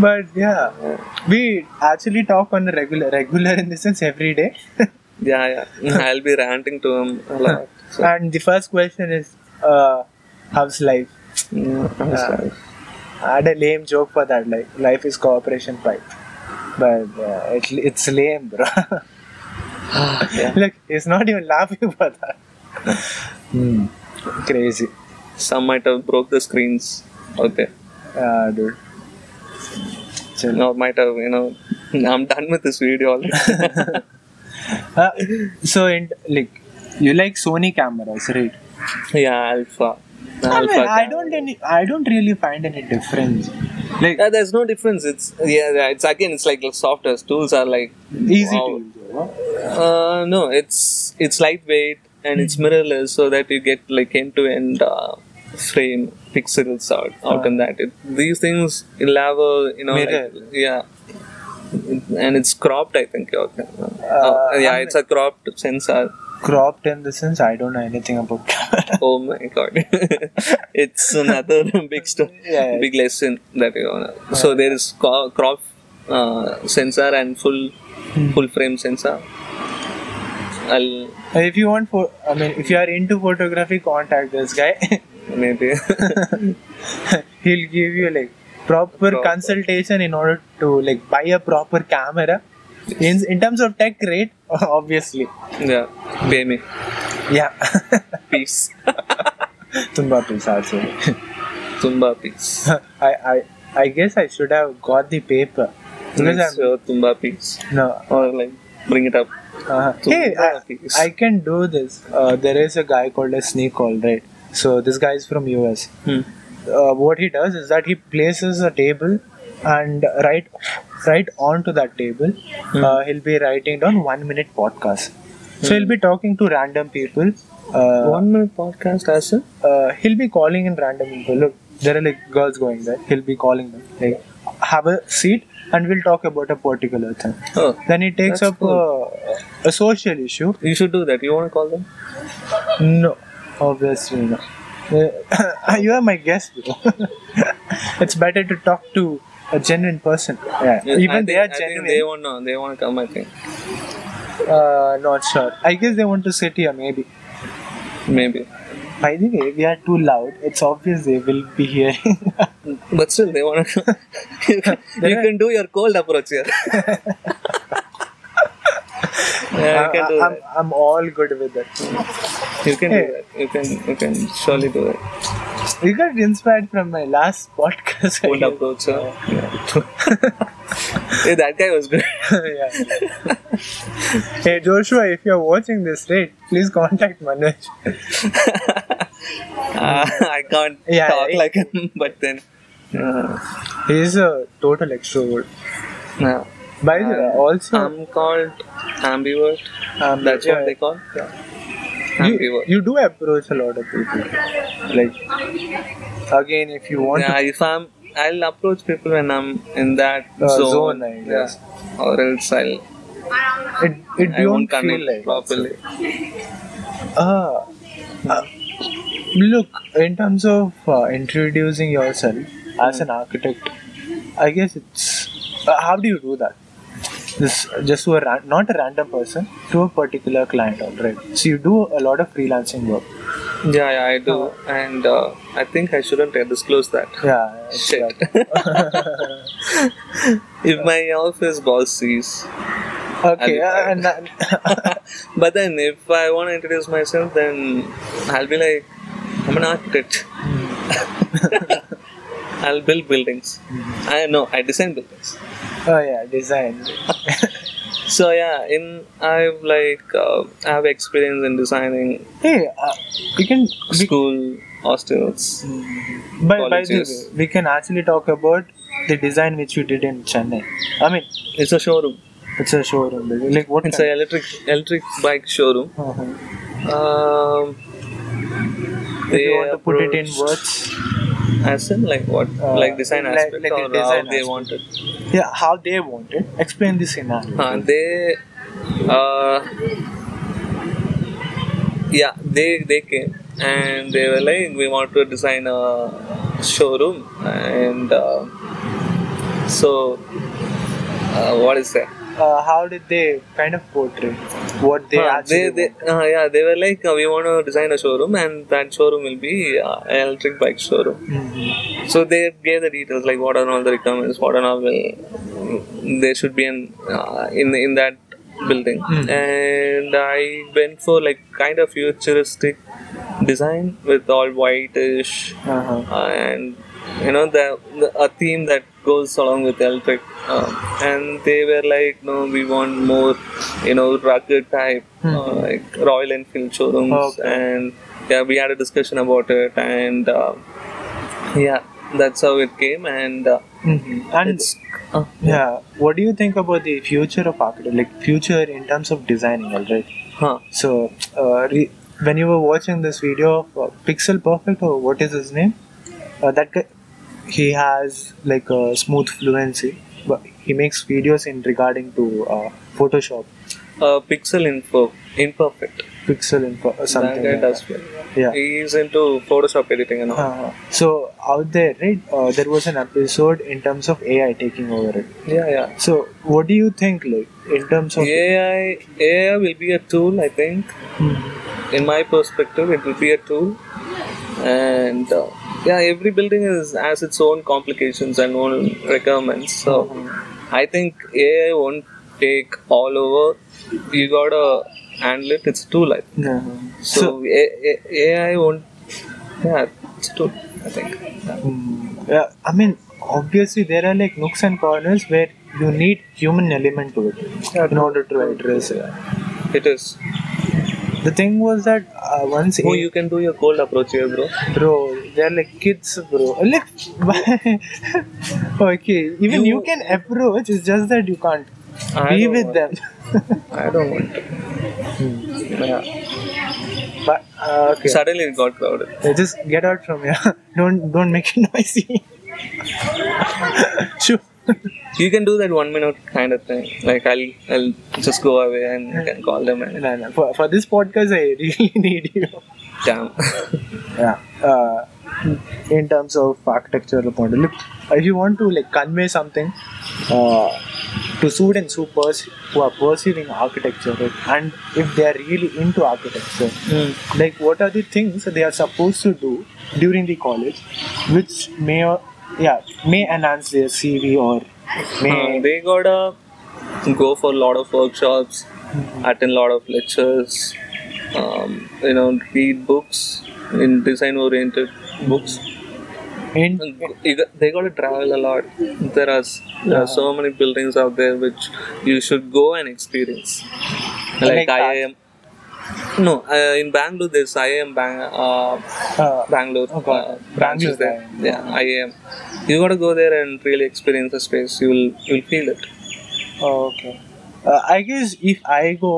but yeah, we actually talk on a regular, regular in the sense every day. Yeah, yeah. I'll be ranting to him a lot. So, and the first question is, uh, how's life? yeah, I'm sorry. I had a lame joke for that. Like life is cooperation pipe, but uh, it, it's lame, bro. Yeah. Look, it's not even laughing for that. Hmm. Crazy, Some might have broke the screens. Okay. uh, dude. Chill. Or might have, you know, I'm done with this video already. Uh, so, in, like, you like Sony cameras, right? yeah, Alpha. I, Alpha mean, I camera. don't any. I don't really find any difference. Like Yeah, Uh, there's no difference. It's yeah, yeah, it's again, it's like software tools are like easy wow. to use. Huh? Uh, no, it's it's lightweight and it's Mm-hmm. mirrorless, so that you get like end-to-end uh, frame pixels out out in that. It, these things will have a you know like- Ah. Mirror. yeah, and it's cropped. I think. Okay. Uh, yeah, it's a cropped sensor. Cropped in the sense, I don't know anything about camera. oh my god, it's another big story, Yeah. big lesson that you wanna. So there is co- crop uh, sensor and full Hmm. full frame sensor. I'll if you want, for I mean, if you are into photography, contact this guy. maybe he'll give you like proper, consultation in order to like buy a proper camera in, in terms of tech rate obviously yeah pay me yeah peace tumba piece also tumba peace I, I i guess i should have got the paper Because It's I'm- your uh, Tumba piece. No. Or like bring it up. Uh, So hey, I, please. I can do this. Uh, there is a guy called a snake call, right? So this guy is from US. Uh, what he does is that he places a table and right, right onto that table, Hmm. uh, he'll be writing down one minute podcast. So he'll be talking to random people. Uh, Hmm. One minute podcast as a uh, he'll be calling in random people. Look, there are like girls going there. He'll be calling them. Like, have a seat and we'll talk about a particular thing. oh. Then he takes up That's uh, a, a social issue. You should do that. You wanna call them? No, obviously not. Uh, you are my guest. bro. it's better to talk to a genuine person. Yeah, Yeah, I even they think- are I think genuine. They wanna they wanna come, I think. uh, not sure. I guess they want to sit here, maybe. Maybe. By the way, we are too loud. It's obvious they will be hearing. But still they wanna come. you can, you can do your cold approach here. yeah, you can do Uh, I, am that. I'm all good with it. You can do um, Hey. that. You can you can surely do it. You got inspired from my last podcast. I Cold guess. approach. huh? yeah, that guy was good. yeah. hey Joshua, if you're watching this, right, please contact Manoj. Uh, I can't Yeah, talk yeah. like him, but then. Uh, He's a total extrovert. yeah. By the way, also, I'm called ambivert. um, Um, That's yeah, what they call. you, ambivert. you do approach a lot of people. Like, again, if you want yeah, if I'm, I'll approach people when I'm in that Uh, zone. zone, I guess. Yeah. Or else I'll. to, it, it I won't don't connect feel like. properly. Ah, uh, look, in terms of uh, introducing yourself as Hmm. an architect, I guess it's uh, how do you do that? This just to a ran- not a random person to a particular client, alright. So you do a lot of freelancing work. Yeah, yeah, I do, Uh-huh. and uh, I think I shouldn't disclose that. Yeah, it's Shit. that. if my office boss sees, Okay, I'll uh, be and, but then if I want to introduce myself, then I'll be like, I'm an architect. I'll build buildings. I know I design buildings. oh yeah, design. So yeah, in I've like uh, I have experience in designing Hey, uh, we can we, school hostels. by, by the colleges. way, we can actually talk about the design which you did in Chennai. I mean, It's a showroom. it's a showroom. building. Like what? It's kind an electric electric bike showroom. Uh-huh. Um, If you want to put it in approached- words, As in, like what? Uh, like design like- aspect like the or design how they aspect. want it. yeah, how they want it. Explain the scenario. Uh, they, uh, yeah, they they came and they were like, we want to design a showroom and uh, so uh, what is that? Uh, how did they kind of portray what they Uh, actually they, want? uh, yeah, they were like, uh, we want to design a showroom and that showroom will be uh, an electric bike showroom. Mhm. So they gave the details like what are all the requirements, what are all will there should be in uh, in in that building, and I went for like kind of futuristic design with all whitish Uh-huh. uh, and you know the, the a theme that goes along with electric, uh, and they were like, no, we want more you know rugged type uh, like Royal Enfield showrooms, Hmm. Okay. and yeah, we had a discussion about it and. Uh, yeah that's how it came and uh, Mhm. And it's uh, yeah, what do you think about the future of architecture? Like future in terms of designing, alright? huh So, uh, re- when you were watching this video of uh, Pixel Perfect, or what is his name? Uh, that guy, he has like a smooth fluency, but he makes videos in regarding to uh, Photoshop, uh, pixel info imperfect Pixel, and uh, that something. guy like does well. that. Yeah. he's into photoshop editing and all Uh, so out there, right? Uh, there was an episode in terms of AI taking over it. yeah yeah So what do you think, like in terms of? AI, AI will be a tool, I think. Hmm. In my perspective, it will be a tool. And uh, yeah, every building is, has its own complications and own requirements. So I think AI won't take all over. You gotta handle it. It's a tool, I think. Yeah. So, A- A- AI won't. Yeah, it's true. I think. Hmm. Mm, yeah, I mean, obviously there are like nooks and corners where you need human element to it in order to address it. It is. The thing was that uh, once Oh, you can do your cold approach here, bro. bro, they're like kids, bro. Like, why- okay, even you, You- can approach. It's just that you can't I be don't with want- them. I don't want to. Hmm. but uh, okay, Suddenly it got crowded. Uh, just get out from here. don't don't make it noisy. sure. You can do that one minute kind of thing. Like I'll I'll just go away and you can call them and No, no. For, for this podcast, I really need you. damn. yeah uh, in terms of architectural point of look if you want to like convey something uh, to students who, pers- who are pursuing architecture right, and if they are really into architecture like what are the things they are supposed to do during the college which may or yeah may enhance their cv or may Uh, they gotta go for a lot of workshops, attend a lot of lectures, um, you know, read books in design oriented books. in You got- They gotta travel a lot. There are, s- there are so many buildings out there which you should go and experience. Like, Like that. IIM. No, uh, in Bangalore there's IIM Bang, uh, uh, Bangalore. Oh, God. uh, branches Bangalore. there. Yeah, IIM. You gotta go there and really experience the space. You'll you'll feel it. okay uh, i guess if i go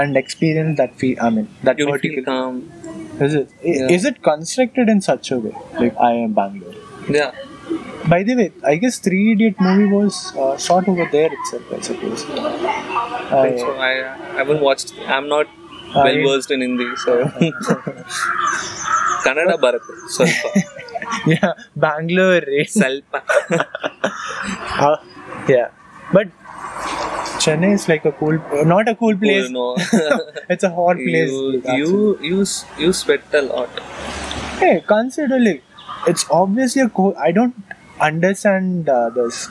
and experience that fee i mean that You'll particular feel calm. Is it i- Yeah. is it constructed in such a way? Like I am Bangalore. Yeah. By the way, I guess Three Idiot movie was uh, shot over there itself. I suppose. I think so. Uh, I, I haven't watched. I'm not I- well versed in Hindi, so. Kannada Bharat. Shalpa. yeah, Bangalore. eh? Shalpa. Uh, yeah, but Chennai is like a cool, uh, not a cool place. You know. It's a hot place. Oh, you, Like, you, you, s- you sweat a lot. Hey, consider like it's obviously a cold. I don't understand uh, this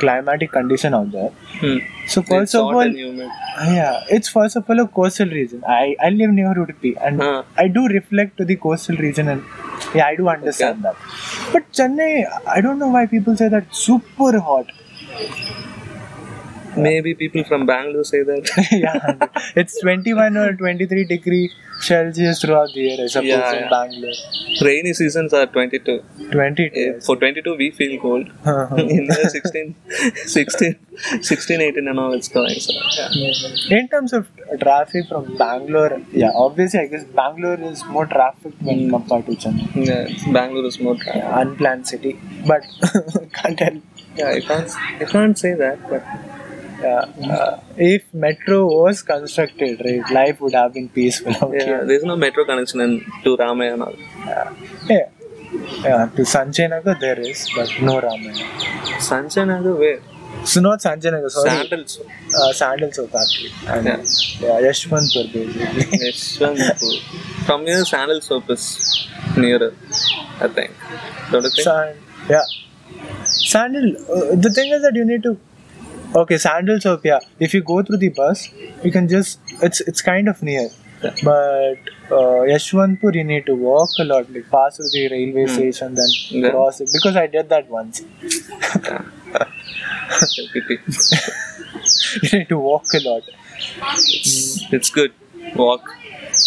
climatic condition out there. Hmm. So first it's of hot all, and humid. Yeah, it's first of all a coastal region. I, I live near Udupi and Huh. I do reflect to the coastal region and yeah, I do understand that. But Chennai, I don't know why people say that super hot. Maybe people from Bangalore say that. yeah, it's 21 or 23 degree Celsius throughout the year, I suppose, Yeah, in yeah. Bangalore. Rainy seasons are 22. 20 Eh, years. For 22, we feel cold. in the 16, 16, 16, 18, and all, it's going. So, yeah. in terms of traffic from Bangalore, yeah, obviously, I guess Bangalore is more traffic Hmm. when compared to Chennai. yeah it's- Bangalore is more traffic. Unplanned city, but can't help. Yeah, you can't, you can't say that, but Yeah. Uh, if metro was constructed, right, life would have been peaceful out Yeah, here. there's no metro connection in, to Ramayana. Yeah. Yeah, to Sanjay Nagar there is, but no Ramayana. Sanjay Nagar, where? It's not Sanjay Nagar, sorry. Sandals. uh, Sandals of factory. And Yeah. yeah, Yashwantur basically. Yeshwanthpur. From here, Sandal Soap is nearer, I think. Don't you think? Sand, yeah. Sandal, uh, the thing is that you need to. Okay, Sandals of, yeah. If you go through the bus, you can just. It's it's kind of near. Yeah. But uh, Yashwanpur, you need to walk a lot, like pass through the railway station, then Hmm. Yeah. cross it. Because I did that once. Pity. you need to walk a lot. it's good. Walk.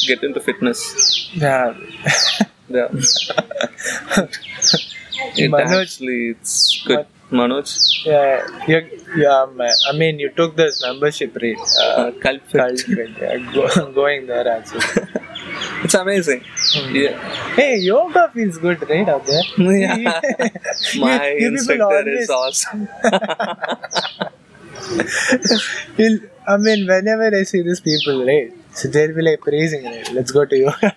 Get into fitness. Yeah. Yeah. it Manoj- actually, it's good. Manoj, Yeah. Yeah. yeah man. I mean, you took this membership rate. Uh, uh, Kalp Fit. cult rate, yeah, go, going there actually. It's amazing. Mm. Yeah. Hey, yoga feels good, right, out there? Yeah. You- My you people instructor is always- awesome. you'll- I mean, whenever I see these people, right, so they'll be like praising, right, let's go to yoga.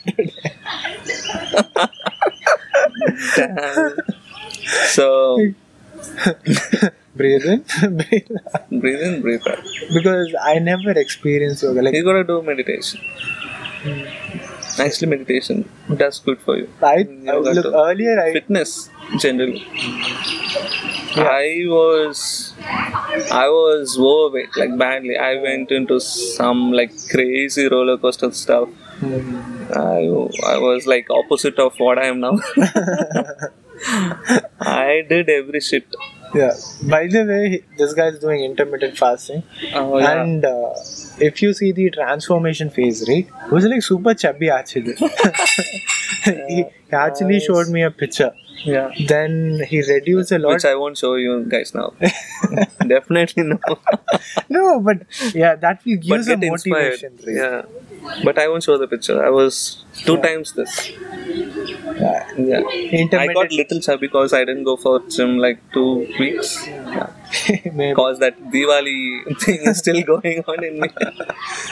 So, breathe in, breathe out. breathe in, breathe out. Because I never experienced yoga. Like, You gotta do meditation. Mm. Actually, meditation does good for you. I, I Yoga look, too. earlier I, Fitness, generally. I was, I was overweight, like badly. I went into some like crazy roller coaster stuff. Hmm. I, I was like opposite of what I am now. I did every shit Yeah. By the way, he- this guy is doing intermittent fasting, Oh, yeah. and uh, if you see the transformation phase, right, he was like super chubby actually. he, he actually showed me a picture. yeah. Then he reduced a lot. Which I won't show you guys now. Definitely no. no, but yeah, that will give but us a get inspired. motivation. Right? Yeah. But I won't show the picture. I was two times this. Yeah. Yeah. I Intermittent got little chubby because I didn't go for gym like two weeks. Yeah. Maybe. Because that Diwali thing is still going on in me.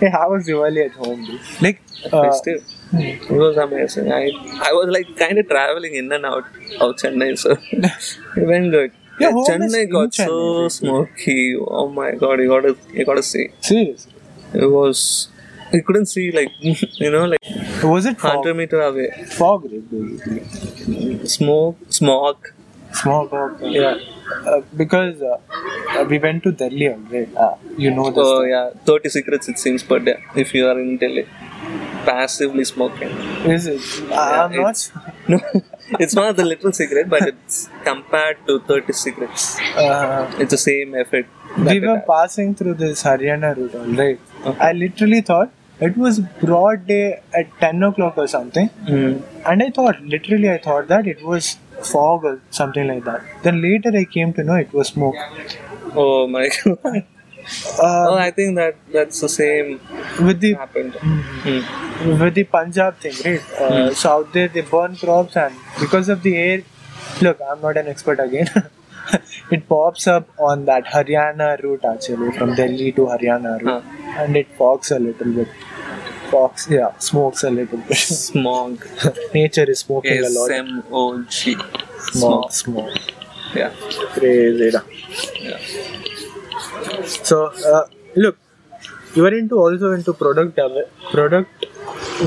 Hey, how was Diwali at home? Dude? Like, I uh, still, it was amazing. I I was like kind of traveling in and out of Chennai, so it went good. Yeah, home is Chennai in got so Chennai, smoky. Oh my god, you gotta you gotta see. seriously, It was you couldn't see like you know like was it fog? hundred meter away. Fog, right, basically. Smoke, smog. Small fog. Yeah. Uh, because uh, uh, we went to Delhi already. Uh, you know this. So yeah, thirty cigarettes it seems per day if you are in Delhi. Passively smoking. Is it? Uh, Yeah, I'm not. it's- No, it's not the little cigarette, but it's compared to thirty cigarettes. Uh, It's the same effort. that we it were has. passing through this Haryana route, alright. Okay. I literally thought it was broad day at 10 o'clock or something, Mm. and I thought, literally, I thought that it was fog or something like that. Then later I came to know it was smoke. Oh my god. Uh, oh, I think that that's the same with the happened. Mm. with the Punjab thing, right? Uh, So out there they burn crops and because of the air, look, I'm not an expert again. it pops up on that Haryana route actually from Delhi to Haryana Ah, route, and it fogs a little bit. Fogs, yeah, smokes a little bit. Smog. Nature is smoking a S lot. M O G. Smog, smog, Yeah. crazy. da. Yeah. So uh, look, you are into also into product devel- product.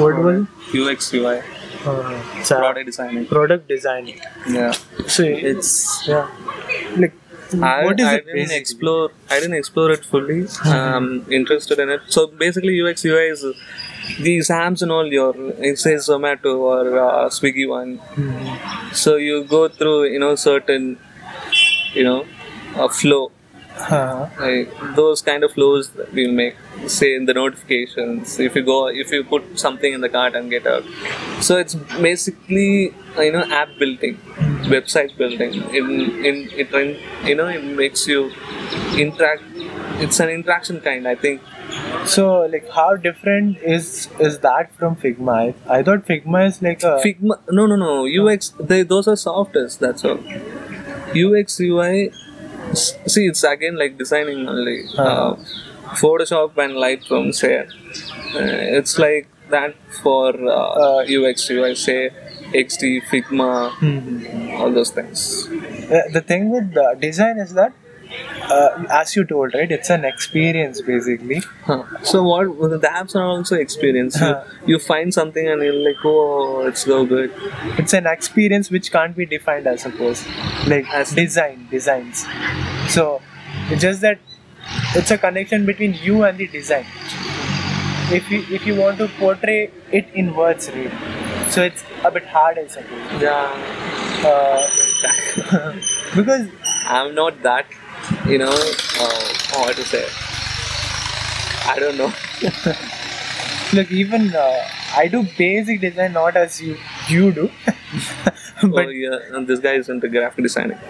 What was? UX UI. it? Uh, so- Product designing. product designing. Yeah. So It's Yeah. Like, I, what is I it Hmm. didn't basically? explore. I didn't explore it fully. I'm interested in it. So basically, UX UI is uh, these apps and all your it says Zomato or uh, Swiggy one. So you go through you know certain you know a flow Huh. like those kind of flows that we'll make say in the notifications if you go if you put something in the cart and get out so it's basically uh, you know app building website building in in it in- you know it makes you interact it's an interaction kind i think So, like, how different is is that from Figma? I, I thought Figma is like a. figma no no no ux they, those are softwares that's all ux ui s- see it's again like designing only uh, photoshop and lightroom say uh, it's like that for uh, ux ui say xt figma Mhm. all those things Uh, the thing with the design is that, uh, as you told, right, it's an experience basically. Huh. So what well, the apps are also experience. You, Huh. you find something and you're like, oh, it's so good. It's an experience which can't be defined, I suppose. Like As- design, designs. So, it's just that it's a connection between you and the design. If you if you want to portray it in words, right? So it's a bit hard, I suppose. Yeah, Uh, because I'm not that, you know, uh, how to say. I don't know. look, even uh, I do basic design, not as you you do. but oh, yeah, and this guy is into graphic designing.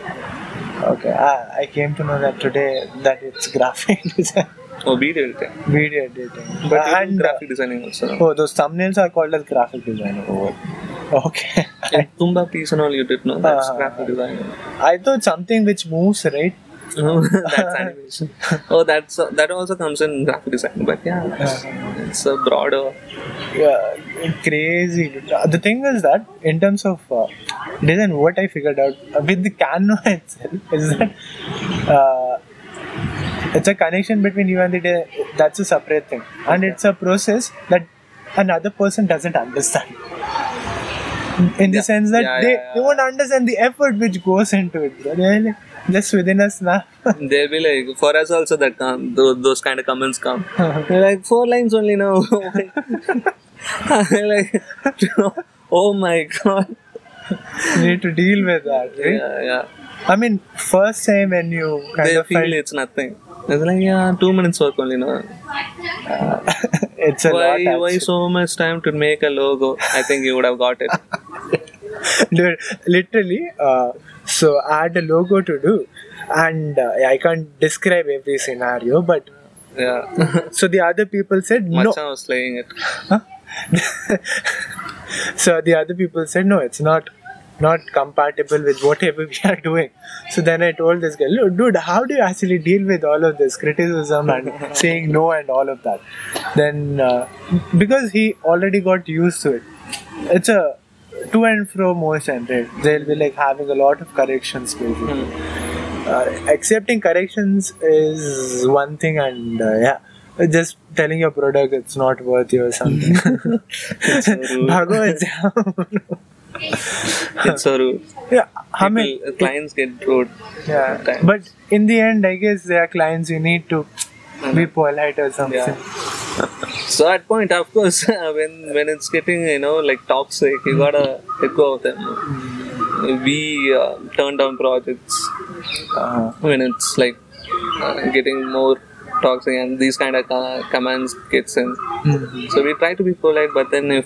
okay, I, I came to know that today that it's graphic design, Oh, video editing. video editing, But Uh, and and uh, graphic designing also. oh, those thumbnails are called as graphic design. Oh, okay. And Tumba piece and all you did know that's Uh, graphic designing. I thought something which moves, right? Oh, that's animation. Oh, that's that also comes in graphic design. But yeah, it's, it's a broader. Yeah, crazy. The thing is that in terms of uh, design, what I figured out uh, with the Canva itself is that uh, it's a connection between you and the de- that's a separate thing, and it's a process that another person doesn't understand. In the Yeah. sense that Yeah, they, yeah, yeah. they won't understand the effort which goes into it. They're like, just within us now. They'll be like, for us also that come, those, those kind of comments come. They're like, four lines only now. I'm like, oh my god. we need to deal with that. Right? Yeah, yeah. I mean, first time when you kind They of feel felt, it's nothing. It's like yeah, two minutes work only, no. it's a lot. Why why actually. so much time to make a logo? I think you would have got it. Dude, literally, uh, so I had a logo to do, and uh, I can't describe every scenario, but Yeah, so the other people said no. Machan was slaying it. so the other people said no it's not not compatible with whatever we are doing so then i told this guy look dude how do you actually deal with all of this criticism and saying no and all of that then uh, because he already got used to it it's a to and fro motion right they'll be like having a lot of corrections basically Hmm. uh, accepting corrections is one thing and uh, yeah just telling your product it's not worth you or something Bhagavad Gita. It's so rude. yeah i mean People, uh, clients get rude. at yeah times. but in the end i guess there are clients you need to be polite or something So at point, of course, when when it's getting you know like toxic, you gotta let go of them. We uh, turn down projects uh, when it's like uh, getting more toxic and these kind of uh, commands gets in. Mm-hmm. So we try to be polite, but then if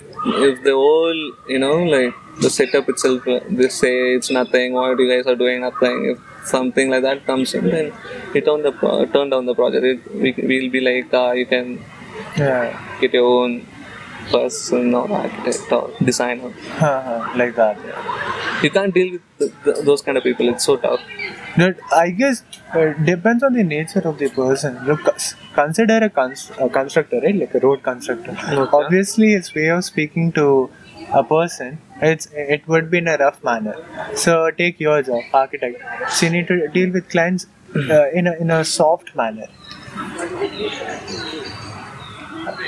if the whole you know like the setup itself, uh, they say it's nothing. Why do you guys are doing nothing? If something like that comes in, then we turn the pro- turn down the project. It, we will be like uh, you can yeah get your own person or architect or designer. uh-huh, like that yeah. You can't deal with th- th- those kind of people. It's so tough. But i guess it depends on the nature of the person look cons- consider a, cons- a constructor right like a road constructor obviously his way of speaking to a person it's it would be in a rough manner so take your job architect so you need to deal with clients uh, in, a, in a soft manner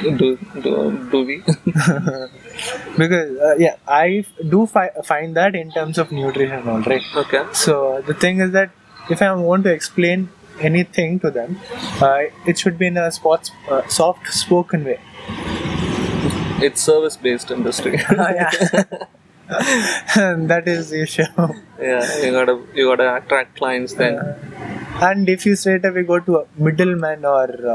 Do do, do we? because uh, yeah i f- do fi- find that in terms of nutrition all right okay. so the thing is that if i want to explain anything to them uh, it should be in a sports, uh, soft spoken way It's service based industry. Oh, yeah. that is the issue yeah, you gotta you gotta attract clients then. and if you straight away go to a middleman or uh,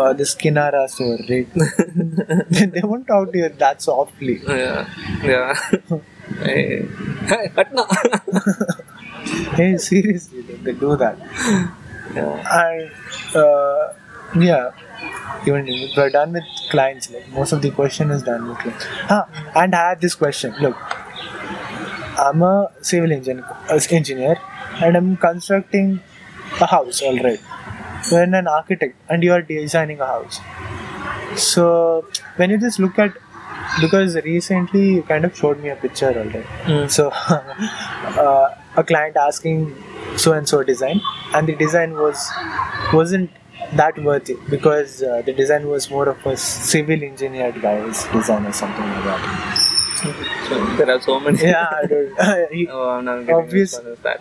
uh, this kinara store right they they won't talk to you that softly Yeah, yeah. hey, hey, Patna. hey seriously they- they do that yeah. I, uh, yeah, even if we're done with clients. Like most of the question is done with clients. Huh, and I had this question. Look, I'm a civil engin- uh, engineer, and I'm constructing a house. All right, when an architect and you are designing a house. So when you just look at, because recently you kind of showed me a picture. All right, so uh, a client asking so and so design and the design was wasn't that worth it because uh, the design was more of a civil engineered guy's design or something like that So there are so many. yeah dude. He- Oh, I'm not getting Obvious- Obvious. as that.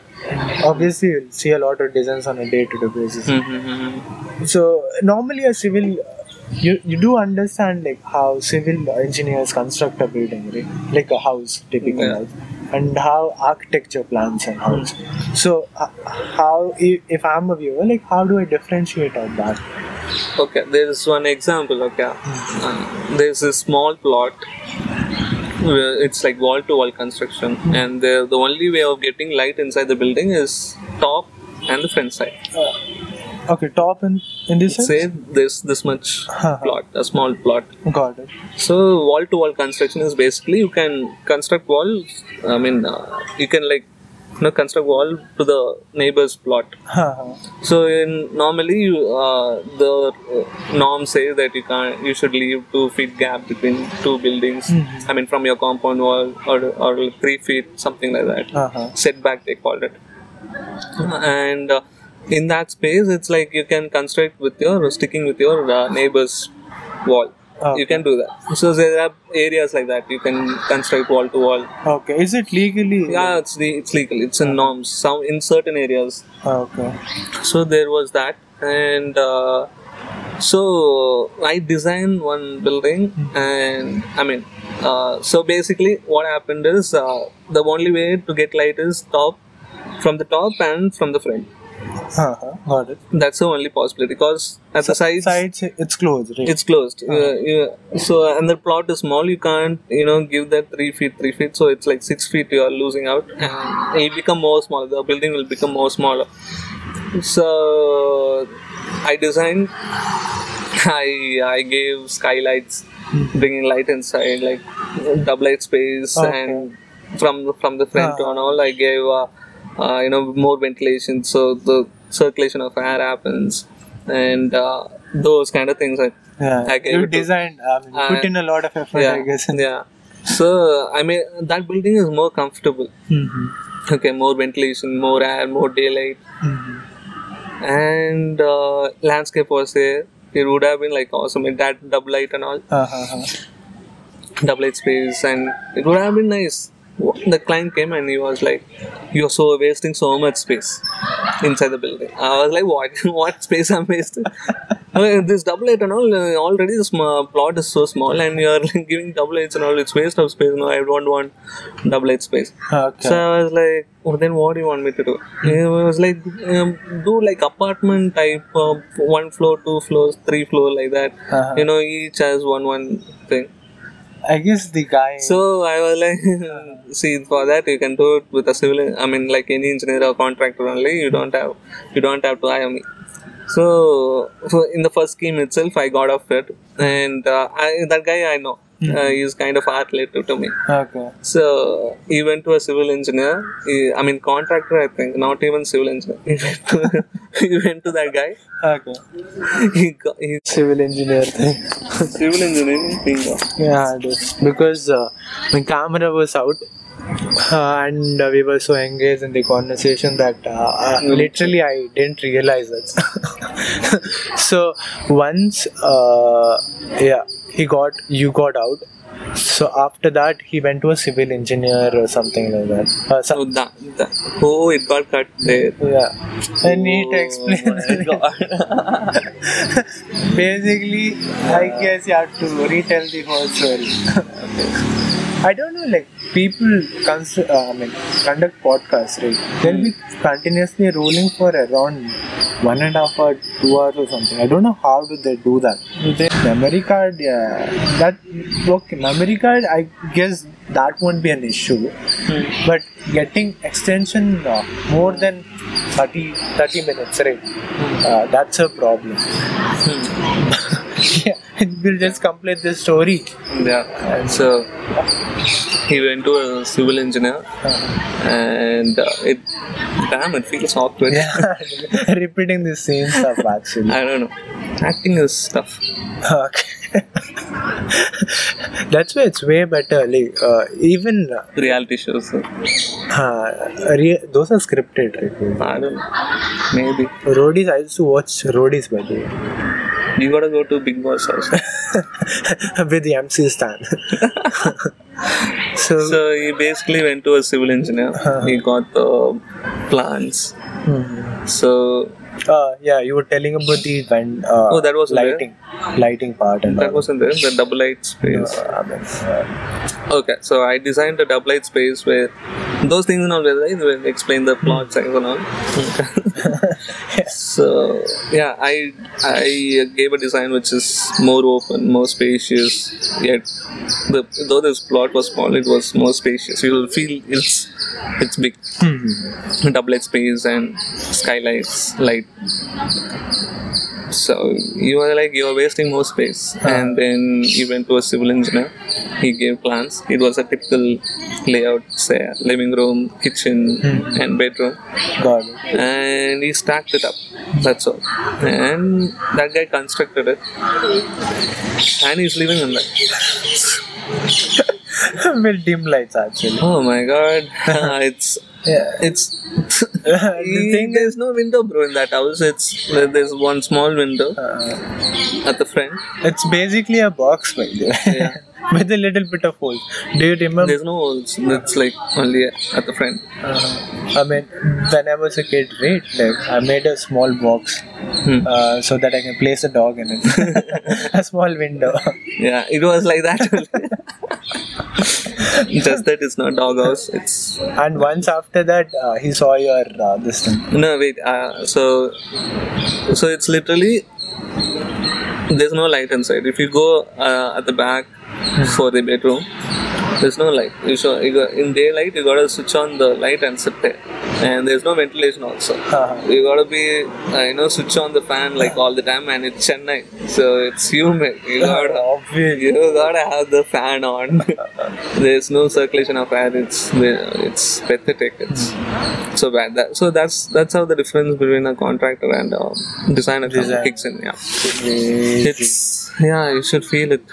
obviously you'll see a lot of designs on a day-to-day basis Mhm. so normally a civil you, you do understand like how civil engineers construct a building right like a house typical Yeah. house and how architecture plans and house so uh, how if, if i'm a viewer like how do i differentiate on that Okay, there is one example. Okay, uh, there's a small plot. Where it's like wall to wall construction, Mm-hmm. and the, the only way of getting light inside the building is top and the front side. okay top in in this Say sense this this much Uh-huh. plot, a small plot. got it So wall to wall construction is basically you can construct walls. I mean, uh, you can like you know construct wall to the neighbor's plot. Uh-huh. So in normally you, uh, the uh, norm says that you can't you should leave two feet gap between two buildings. Mm-hmm. I mean from your compound wall or or three feet something like that Uh-huh. setback they called it and uh, in that space it's like you can construct with your sticking with your uh, neighbor's wall Okay. you can do that so there are areas like that you can construct wall to wall okay is it legally yeah it's the it's legal it's in norms some in certain areas okay so there was that and uh, so i designed one building and i mean uh, so basically what happened is uh, the only way to get light is top from the top and from the front. Uh-huh, got it. That's the only possibility because at the sides, Sides, it's closed, right? Uh-huh. it's closed. Uh, you- so and the plot is small. You can't you know give that three feet, three feet. So it's like six feet. You are losing out, Uh-huh. and it will become more smaller. The building will become more smaller. So I designed. I I gave skylights, Mm-hmm. bringing light inside, like double light space, Okay. Uh-huh. and from the- from the front on all, I gave uh, uh, you know more ventilation, so the circulation of air happens, and uh, those kind of things. I yeah. I gave you it to- designed, I mean, you put Uh, in a lot of effort, yeah, I guess. yeah. So I mean that building is more comfortable. Mm-hmm. Okay, more ventilation, more air, more daylight, Mm-hmm. and uh, landscape was there. It would have been like awesome in that double light and all. Uh-huh. double eight space and it would have been nice the client came and he was like you're so wasting so much space inside the building i was like what what space i'm wasting Uh, this double eight and all uh, already this uh, plot is so small and you're like, giving double eights and all it's waste of space no i don't want double eight space Okay. so I was like, oh, then what do you want me to do? He was like, um, do like apartment type, uh, one floor, two floors, three floor, like that. Uh-huh. You know, each has one one thing. I guess the guy. So I was like, see, for that you can do it with a civil. I mean, like any engineer or contractor only. You don't have, you don't have to hire me. So, so in the first scheme itself, I got off it, and uh, I, that guy I know. Uh, he's kind of art relative to me. okay. So he went to a civil engineer. He, I mean, contractor. I think not even civil engineer. He went to, he went to that guy. Okay. He got, he, Civil engineer thing. civil engineering thing. Yeah, it is. because uh, my camera was out uh, and uh, we were so engaged in the conversation that uh, uh, literally I didn't realize that. so once, uh, yeah, he got you got out. So after that, he went to a civil engineer or something like that. Uh, Oh, so, that, that. oh, it got cut there. yeah, I need to Oh explain. Basically, I guess you have to retell the whole story. I don't know, like people cons- uh, I mean, conduct podcasts, right? They'll be continuously rolling for around one and a half hour, two hours or something. I don't know how do they do that. They memory card, yeah, that okay. Memory card, I guess that won't be an issue. But getting extension uh, more than 30, 30 minutes, right? Uh, that's a problem. yeah, and we'll just complete the story. Yeah, and so he went to a civil engineer, and uh, it damn, it feels awkward. Yeah, repeating the same stuff actually. I don't know. Acting is tough. Okay. That's why it's way better. Like uh, even Reality shows. uh, uh, re- those are scripted. Right? I don't know. Maybe Roadies. I used to watch Roadies by the way you gotta go to Big Boss house. with the MC Stan. so, so he basically went to a civil engineer. He got the plans. hmm. So uh, yeah, you were telling about the when uh, Oh, that was there? lighting, lighting part and that all. wasn't there. The double light space. Uh, I mean, uh, Okay, so I designed a double light space where those things and all where I will explain the plot size and all. so yeah, I I gave a design which is more open, more spacious. Yet the though this plot was small, it was more spacious. You'll feel it's it's big. hmm. double light space and skylights light. So you are like you are wasting more space, and then he went to a civil engineer. He gave plans. It was a typical layout, say living room, kitchen, and bedroom, got it. and he stacked it up. That's all. And that guy constructed it, and he's living in that. with dim lights actually. Oh my god, it's Yeah. it's. the thing is, Mm, there's no window, bro, in that house. It's there's one small window uh, at the front. it's basically a box by the way. Yeah. with a little bit of holes. Do you remember? There's no holes. That's like only at the front. Uh, I mean, when I was a kid, right? Like, I made a small box Hmm. uh, so that I can place a dog in it. a small window. Yeah, it was like that. only. Just that it's not doghouse. It's And once after that, uh, he saw your uh, this thing. no wait. Uh, so so it's literally there's no light inside. If you go uh, at the back for the bedroom, there's no light. You show you go, in daylight you gotta switch on the light and sit there. And there's no ventilation also. You gotta be uh, you know switch on the fan like all the time. And it's Chennai, so it's humid. You gotta Obvious. you gotta have the fan on. There's no circulation of air. It's it's pathetic. It's so bad. That, so that's that's how the difference between a contractor and a designer Design. kicks in. Yeah, it's yeah. You should feel it.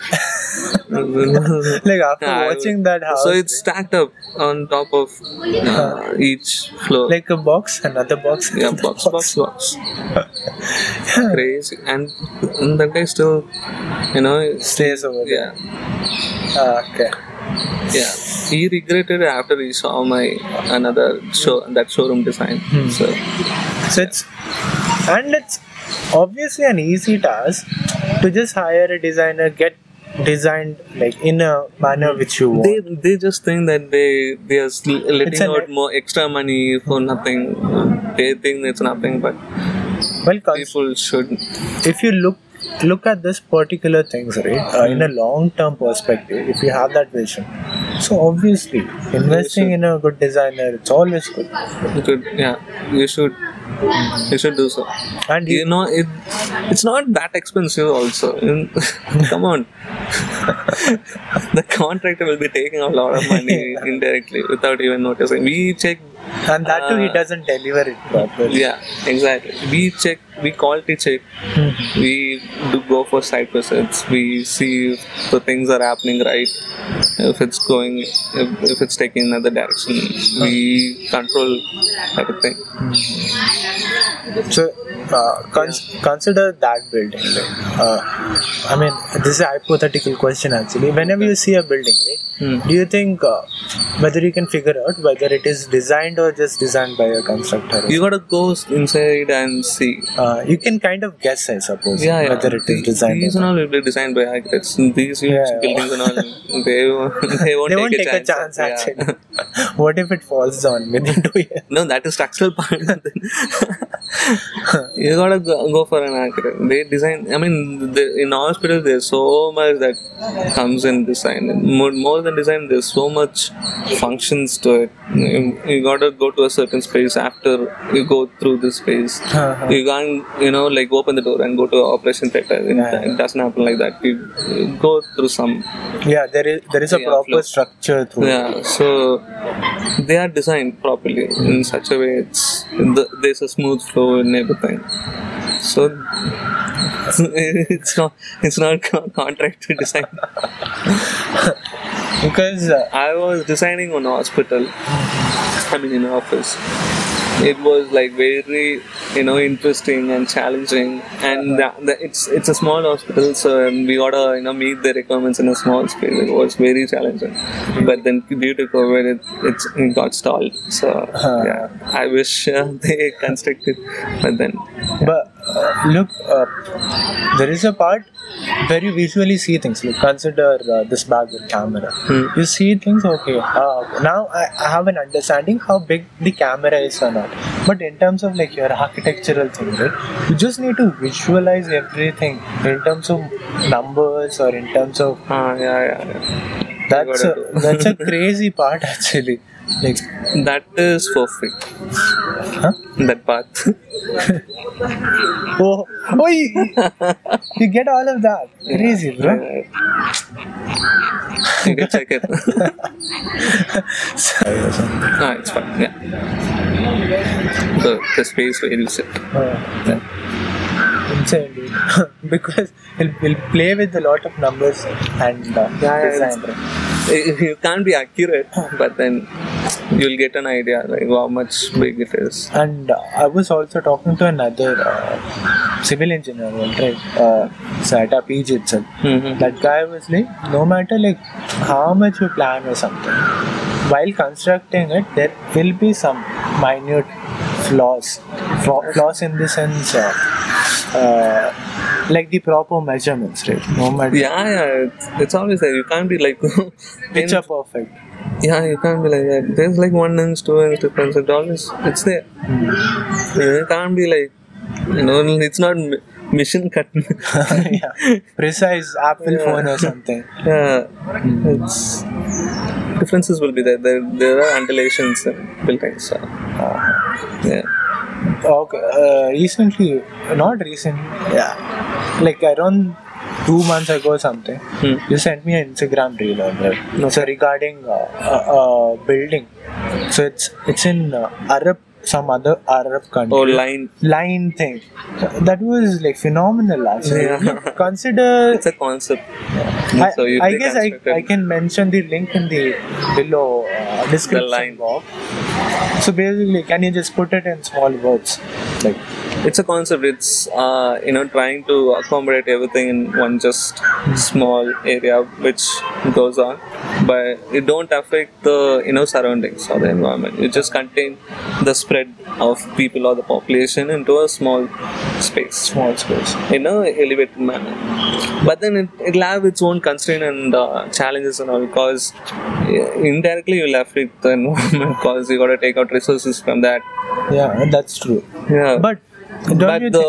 Like after Yeah, I would- watching that house, so it's stacked up on top of uh, each floor. like a box, another box. yeah, box, box, box. Crazy. And, and that guy still, you know, Stays over there. yeah. Ah, okay. Yeah, he regretted after he saw my another show that showroom design. Hmm. So So it's and it's obviously an easy task to just hire a designer, get designed like in a manner which you want. they they just think that they they are sl- letting an- out more extra money for nothing. They think it's nothing, but well, cons- people should. if you look look at this particular things right uh, in a long term perspective if you have that vision so obviously investing in a good designer it's always good you could yeah, you should you should do so. and You he, know it it's not that expensive also. In- Come on, the contractor will be taking a lot of money indirectly without even noticing. We check and that too he doesn't deliver it properly Yeah, exactly. We check, we quality check, Mm-hmm. we do go for site visits, we see if the things are happening right, if it's going, if, if it's taking another direction. We control everything. so uh, cons- consider that building like, uh, i mean this is a hypothetical question actually whenever you see a building right Hmm. do you think uh, whether you can figure out whether it is designed or just designed by a constructor You gotta go inside and see. uh, you can kind of guess i suppose Yeah, yeah. whether it is The- designed or These not. and all will be designed by architects. These huge Yeah. buildings and all, they won't, they won't, they won't take a chance, Yeah. actually. what if it falls down within two years? No, that is structural part. you gotta go, go for an architect. They design. I mean, the, in hospitals, there's so much that comes in design. More, more than design, there's so much functions to it. You, you gotta go to a certain space after you go through this space. Uh-huh. You can't, you know, like open the door and go to a operation theater. It, it doesn't happen like that. You, you go through some Yeah, there is there is a Yeah, proper flow. structure through. it. yeah so they are designed properly in such a way it's the, there's a smooth flow in everything so it's, it's not it's not con- contract to design Because uh, i was designing on hospital i mean in office it was like very you know interesting and challenging and the, the, it's it's a small hospital so um, we gotta you know meet the requirements in a small space it was very challenging but then due to covid it, it's, it got stalled so yeah i wish uh, they constructed but then but uh, look, uh, there is a part where you visually see things. Like consider uh, this bag with camera. Hmm. You see things. Okay, uh, now I, I have an understanding how big the camera is or not. But in terms of like your architectural thing, right? You just need to visualize everything in terms of numbers or in terms of uh, yeah yeah, yeah. That's a, gotta do. that's a crazy part actually. Like, that is for free Huh? that part oh, oh you, you get all of that. Crazy, bro. you can check it. no, it's fine. Yeah. The, the space where you sit. Uh, insane, dude. because we'll, we'll play with a lot of numbers and uh, yeah, design. You you can't be accurate, but then you'll get an idea like how much big it is. And uh, I was also talking to another uh, civil engineer, right? Uh, so at our PG itself. Mm-hmm. That guy was like, no matter like how much you plan or something, while constructing it, there will be some minute flaws. Flaw- flaws in the sense, uh, uh, like the proper measurements, right? No matter Yeah, yeah, it's, it's always like you can't be like, which are perfect. yeah, you can't be like that. There's like one inch, two inch difference. It always it's there. You can't be like, you know, it's not mi- mission cut. yeah. Precise Apple phone or something. yeah, it's differences will be there. There, there are undulations and buildings. So. Yeah. Uh-huh. Okay. Uh, recently, not recently. Yeah. Like around two months ago or something, Hmm. you sent me an Instagram reel on that. So regarding uh, uh, uh, building, so it's it's in uh, Arab some other Arab country. Oh, line. Line thing that was like phenomenal last year. Yeah. Consider It's a concept. I, So you I guess I, reconstructed. I can mention the link in the below uh, description line. box. So basically, can you just put it in small words? Like, it's a concept it's uh, you know trying to accommodate everything in one just small area which goes on but it don't affect the you know surroundings or the environment you just contain the spread of people or the population into a small space small space. in a elevated manner. But then it, it'll have its own constraint and uh, challenges and all because uh, indirectly you'll affect the environment because you got to take out resources from that. Yeah, that's true. Yeah But don't Uh, but you the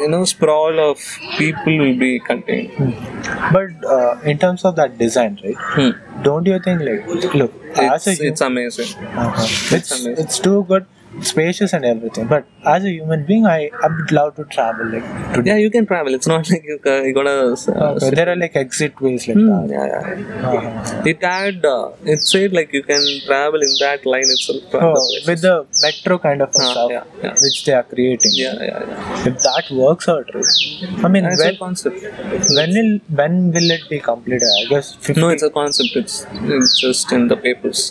you know sprawl of people will be contained. think, but uh, in terms of that design, right? Hmm. Don't you think like look, It's, as a hu- it's amazing. uh-huh. it's it's, amazing. too good, spacious and everything. But as a human being, I I would love to travel like to. Yeah, you can travel. It's not like you, ca- you gotta. Uh, Okay, Ah, there are like exit ways like Hmm, that. yeah, yeah. Uh-huh. It had uh, it said like you can travel in that line itself. to other Oh, places. with the metro kind of a Ah, stuff yeah, yeah. which they are creating. yeah, yeah, yeah. If that works out, right? I mean, It's when, a concept. when will when will it be completed? I guess 50, No, it's a concept. It's, it's just in the papers.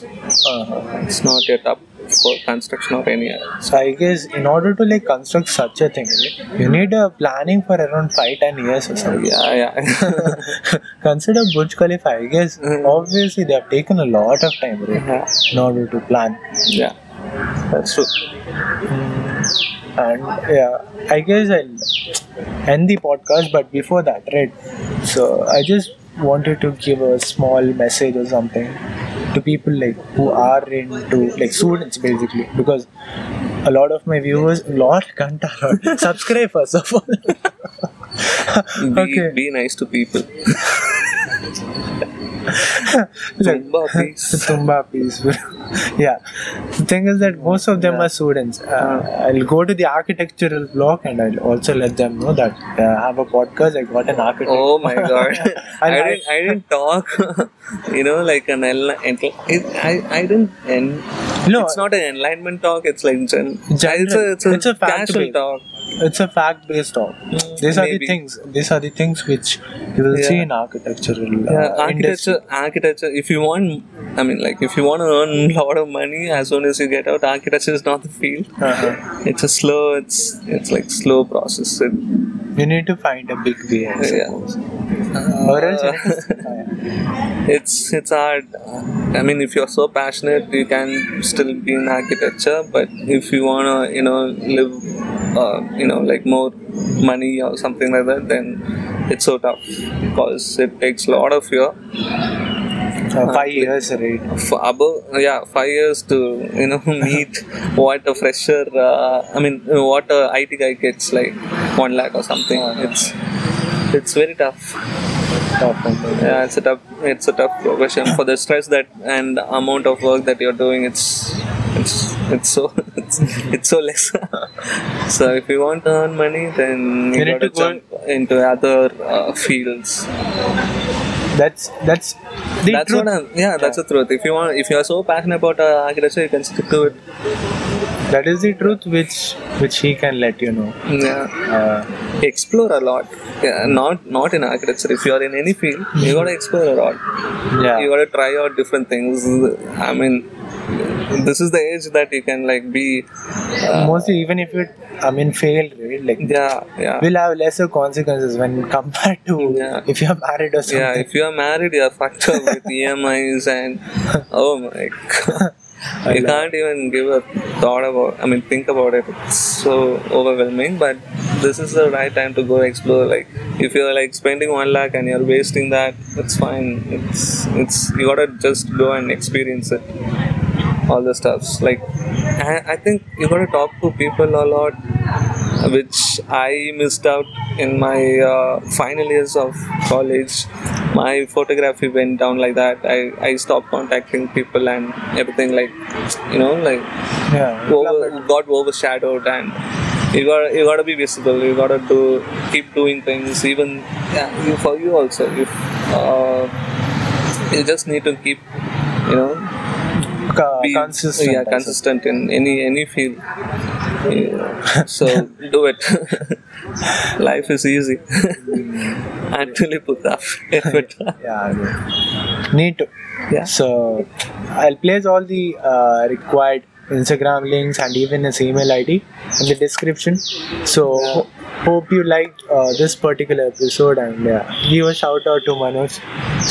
uh, It's not yet up for construction or any. other. so I guess in order to like construct such a thing, right, you need a planning for around five ten years or something. Yeah, yeah. Consider Burj Khalifa. I guess Mm. obviously they have taken a lot of time, right, yeah, in order to plan. yeah. That's true. And yeah, I guess I'll end the podcast, but before that, right? So I just wanted to give a small message or something to people like who are into like students basically because a lot of my viewers lot can't subscribe first of all Be, Okay. be nice to people. like Tumba, please. Tumba peaceful. yeah. The thing is that most of them are students. Uh, I'll go to the architectural block and I'll also let them know that uh, I have a podcast. I got an architect. Oh my god! I, And I- didn't. I didn't talk. you know, like an enli- enli- it, I. I didn't. En- No. it's not an enlightenment talk. It's like gen- General. it's a it's a, It's a fact casual based. talk. It's a fact based talk. These are the Oh. Mm, maybe. things. These are the things which you will Yeah. see in architectural. Uh, Yeah, industry. architecture. Architecture. If you want, I mean, like, if you want to earn a lot of money as soon as you get out, architecture is not the field. Uh-huh. It's a slow. It's it's like slow process. It, You need to find a big way, I suppose. or else, uh, it's it's hard i mean if you're so passionate you can still be in architecture but if you want to you know live uh, you know like more money or something like that then it's so tough because it takes a lot of your uh, five years, right? for above yeah five years to you know meet what a fresher uh, i mean what a it guy gets like one lakh or something it's it's very tough Tough one. yeah, it's a tough, it's a tough progression for the stress that and amount of work that you're doing. It's, it's, it's so, it's, it's so less. so if you want to earn money, then you, You need got to to go- jump into other uh, fields. That's that's the that's truth. what I'm. Yeah, that's the truth. If you want, if you are so passionate about uh, architecture, you can stick to it. That is the truth which which he can let you know. Mm, Yeah, Uh, explore a lot. Yeah, not not in architecture. If you are in any field, you got to explore a lot. yeah. you gotta try out different things i mean this is the age that you can like be uh, Mostly, even if you, I mean, fail, right? Like, yeah yeah will have lesser consequences when compared to Yeah. if you are married or something. yeah if you are married you're fucked up with emis and oh my god you can't even give a thought about i mean think about it it's so overwhelming but this is the right time to go explore. Like if you're like spending one lakh and you're wasting that, it's fine. It's it's you gotta just go and experience it. All the stuffs. Like I, I think you gotta talk to people a lot, which I missed out in my uh, final years of college. My photography went down like that. I, I stopped contacting people and everything like you know like Yeah. over, got overshadowed and you got you got to be visible you got to do, keep doing things even yeah, you, for you also you uh, you just need to keep you know Co- be Uh, oh, consistent. yeah I suppose. consistent in any any field Yeah. so do it life is easy actually put up effort Yeah. I will. Need to. uh, yeah So I'll place all the uh, required Instagram links and even his email ID in the description. So ho- hope you liked uh, this particular episode and yeah, give a shout out to Manoj.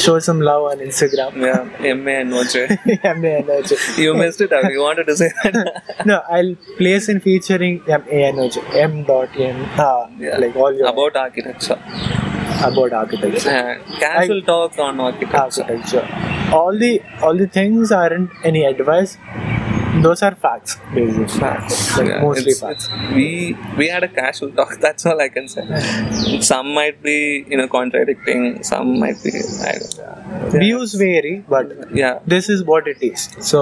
Show some love on Instagram. yeah amen Vajay. MANOJ. you missed it out you wanted to say that No, I'll place in featuring M A N O J M dot M uh, Yeah. like all your about architecture about architecture. Uh, casual talk on architecture. architecture. All the all the things aren't any advice. Those are facts, basically. Facts. Like Yeah, mostly it's- facts. We we had a casual talk. That's all I can say. Some might be you know contradicting. Some might be. I don't know. Yeah. Views vary, but Yeah. this is what it is. So,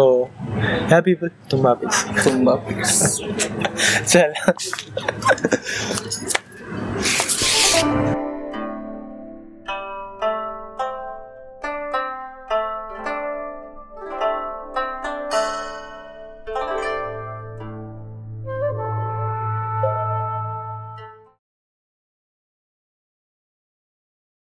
yeah, people, tumba peace. Tumba, please. Chal.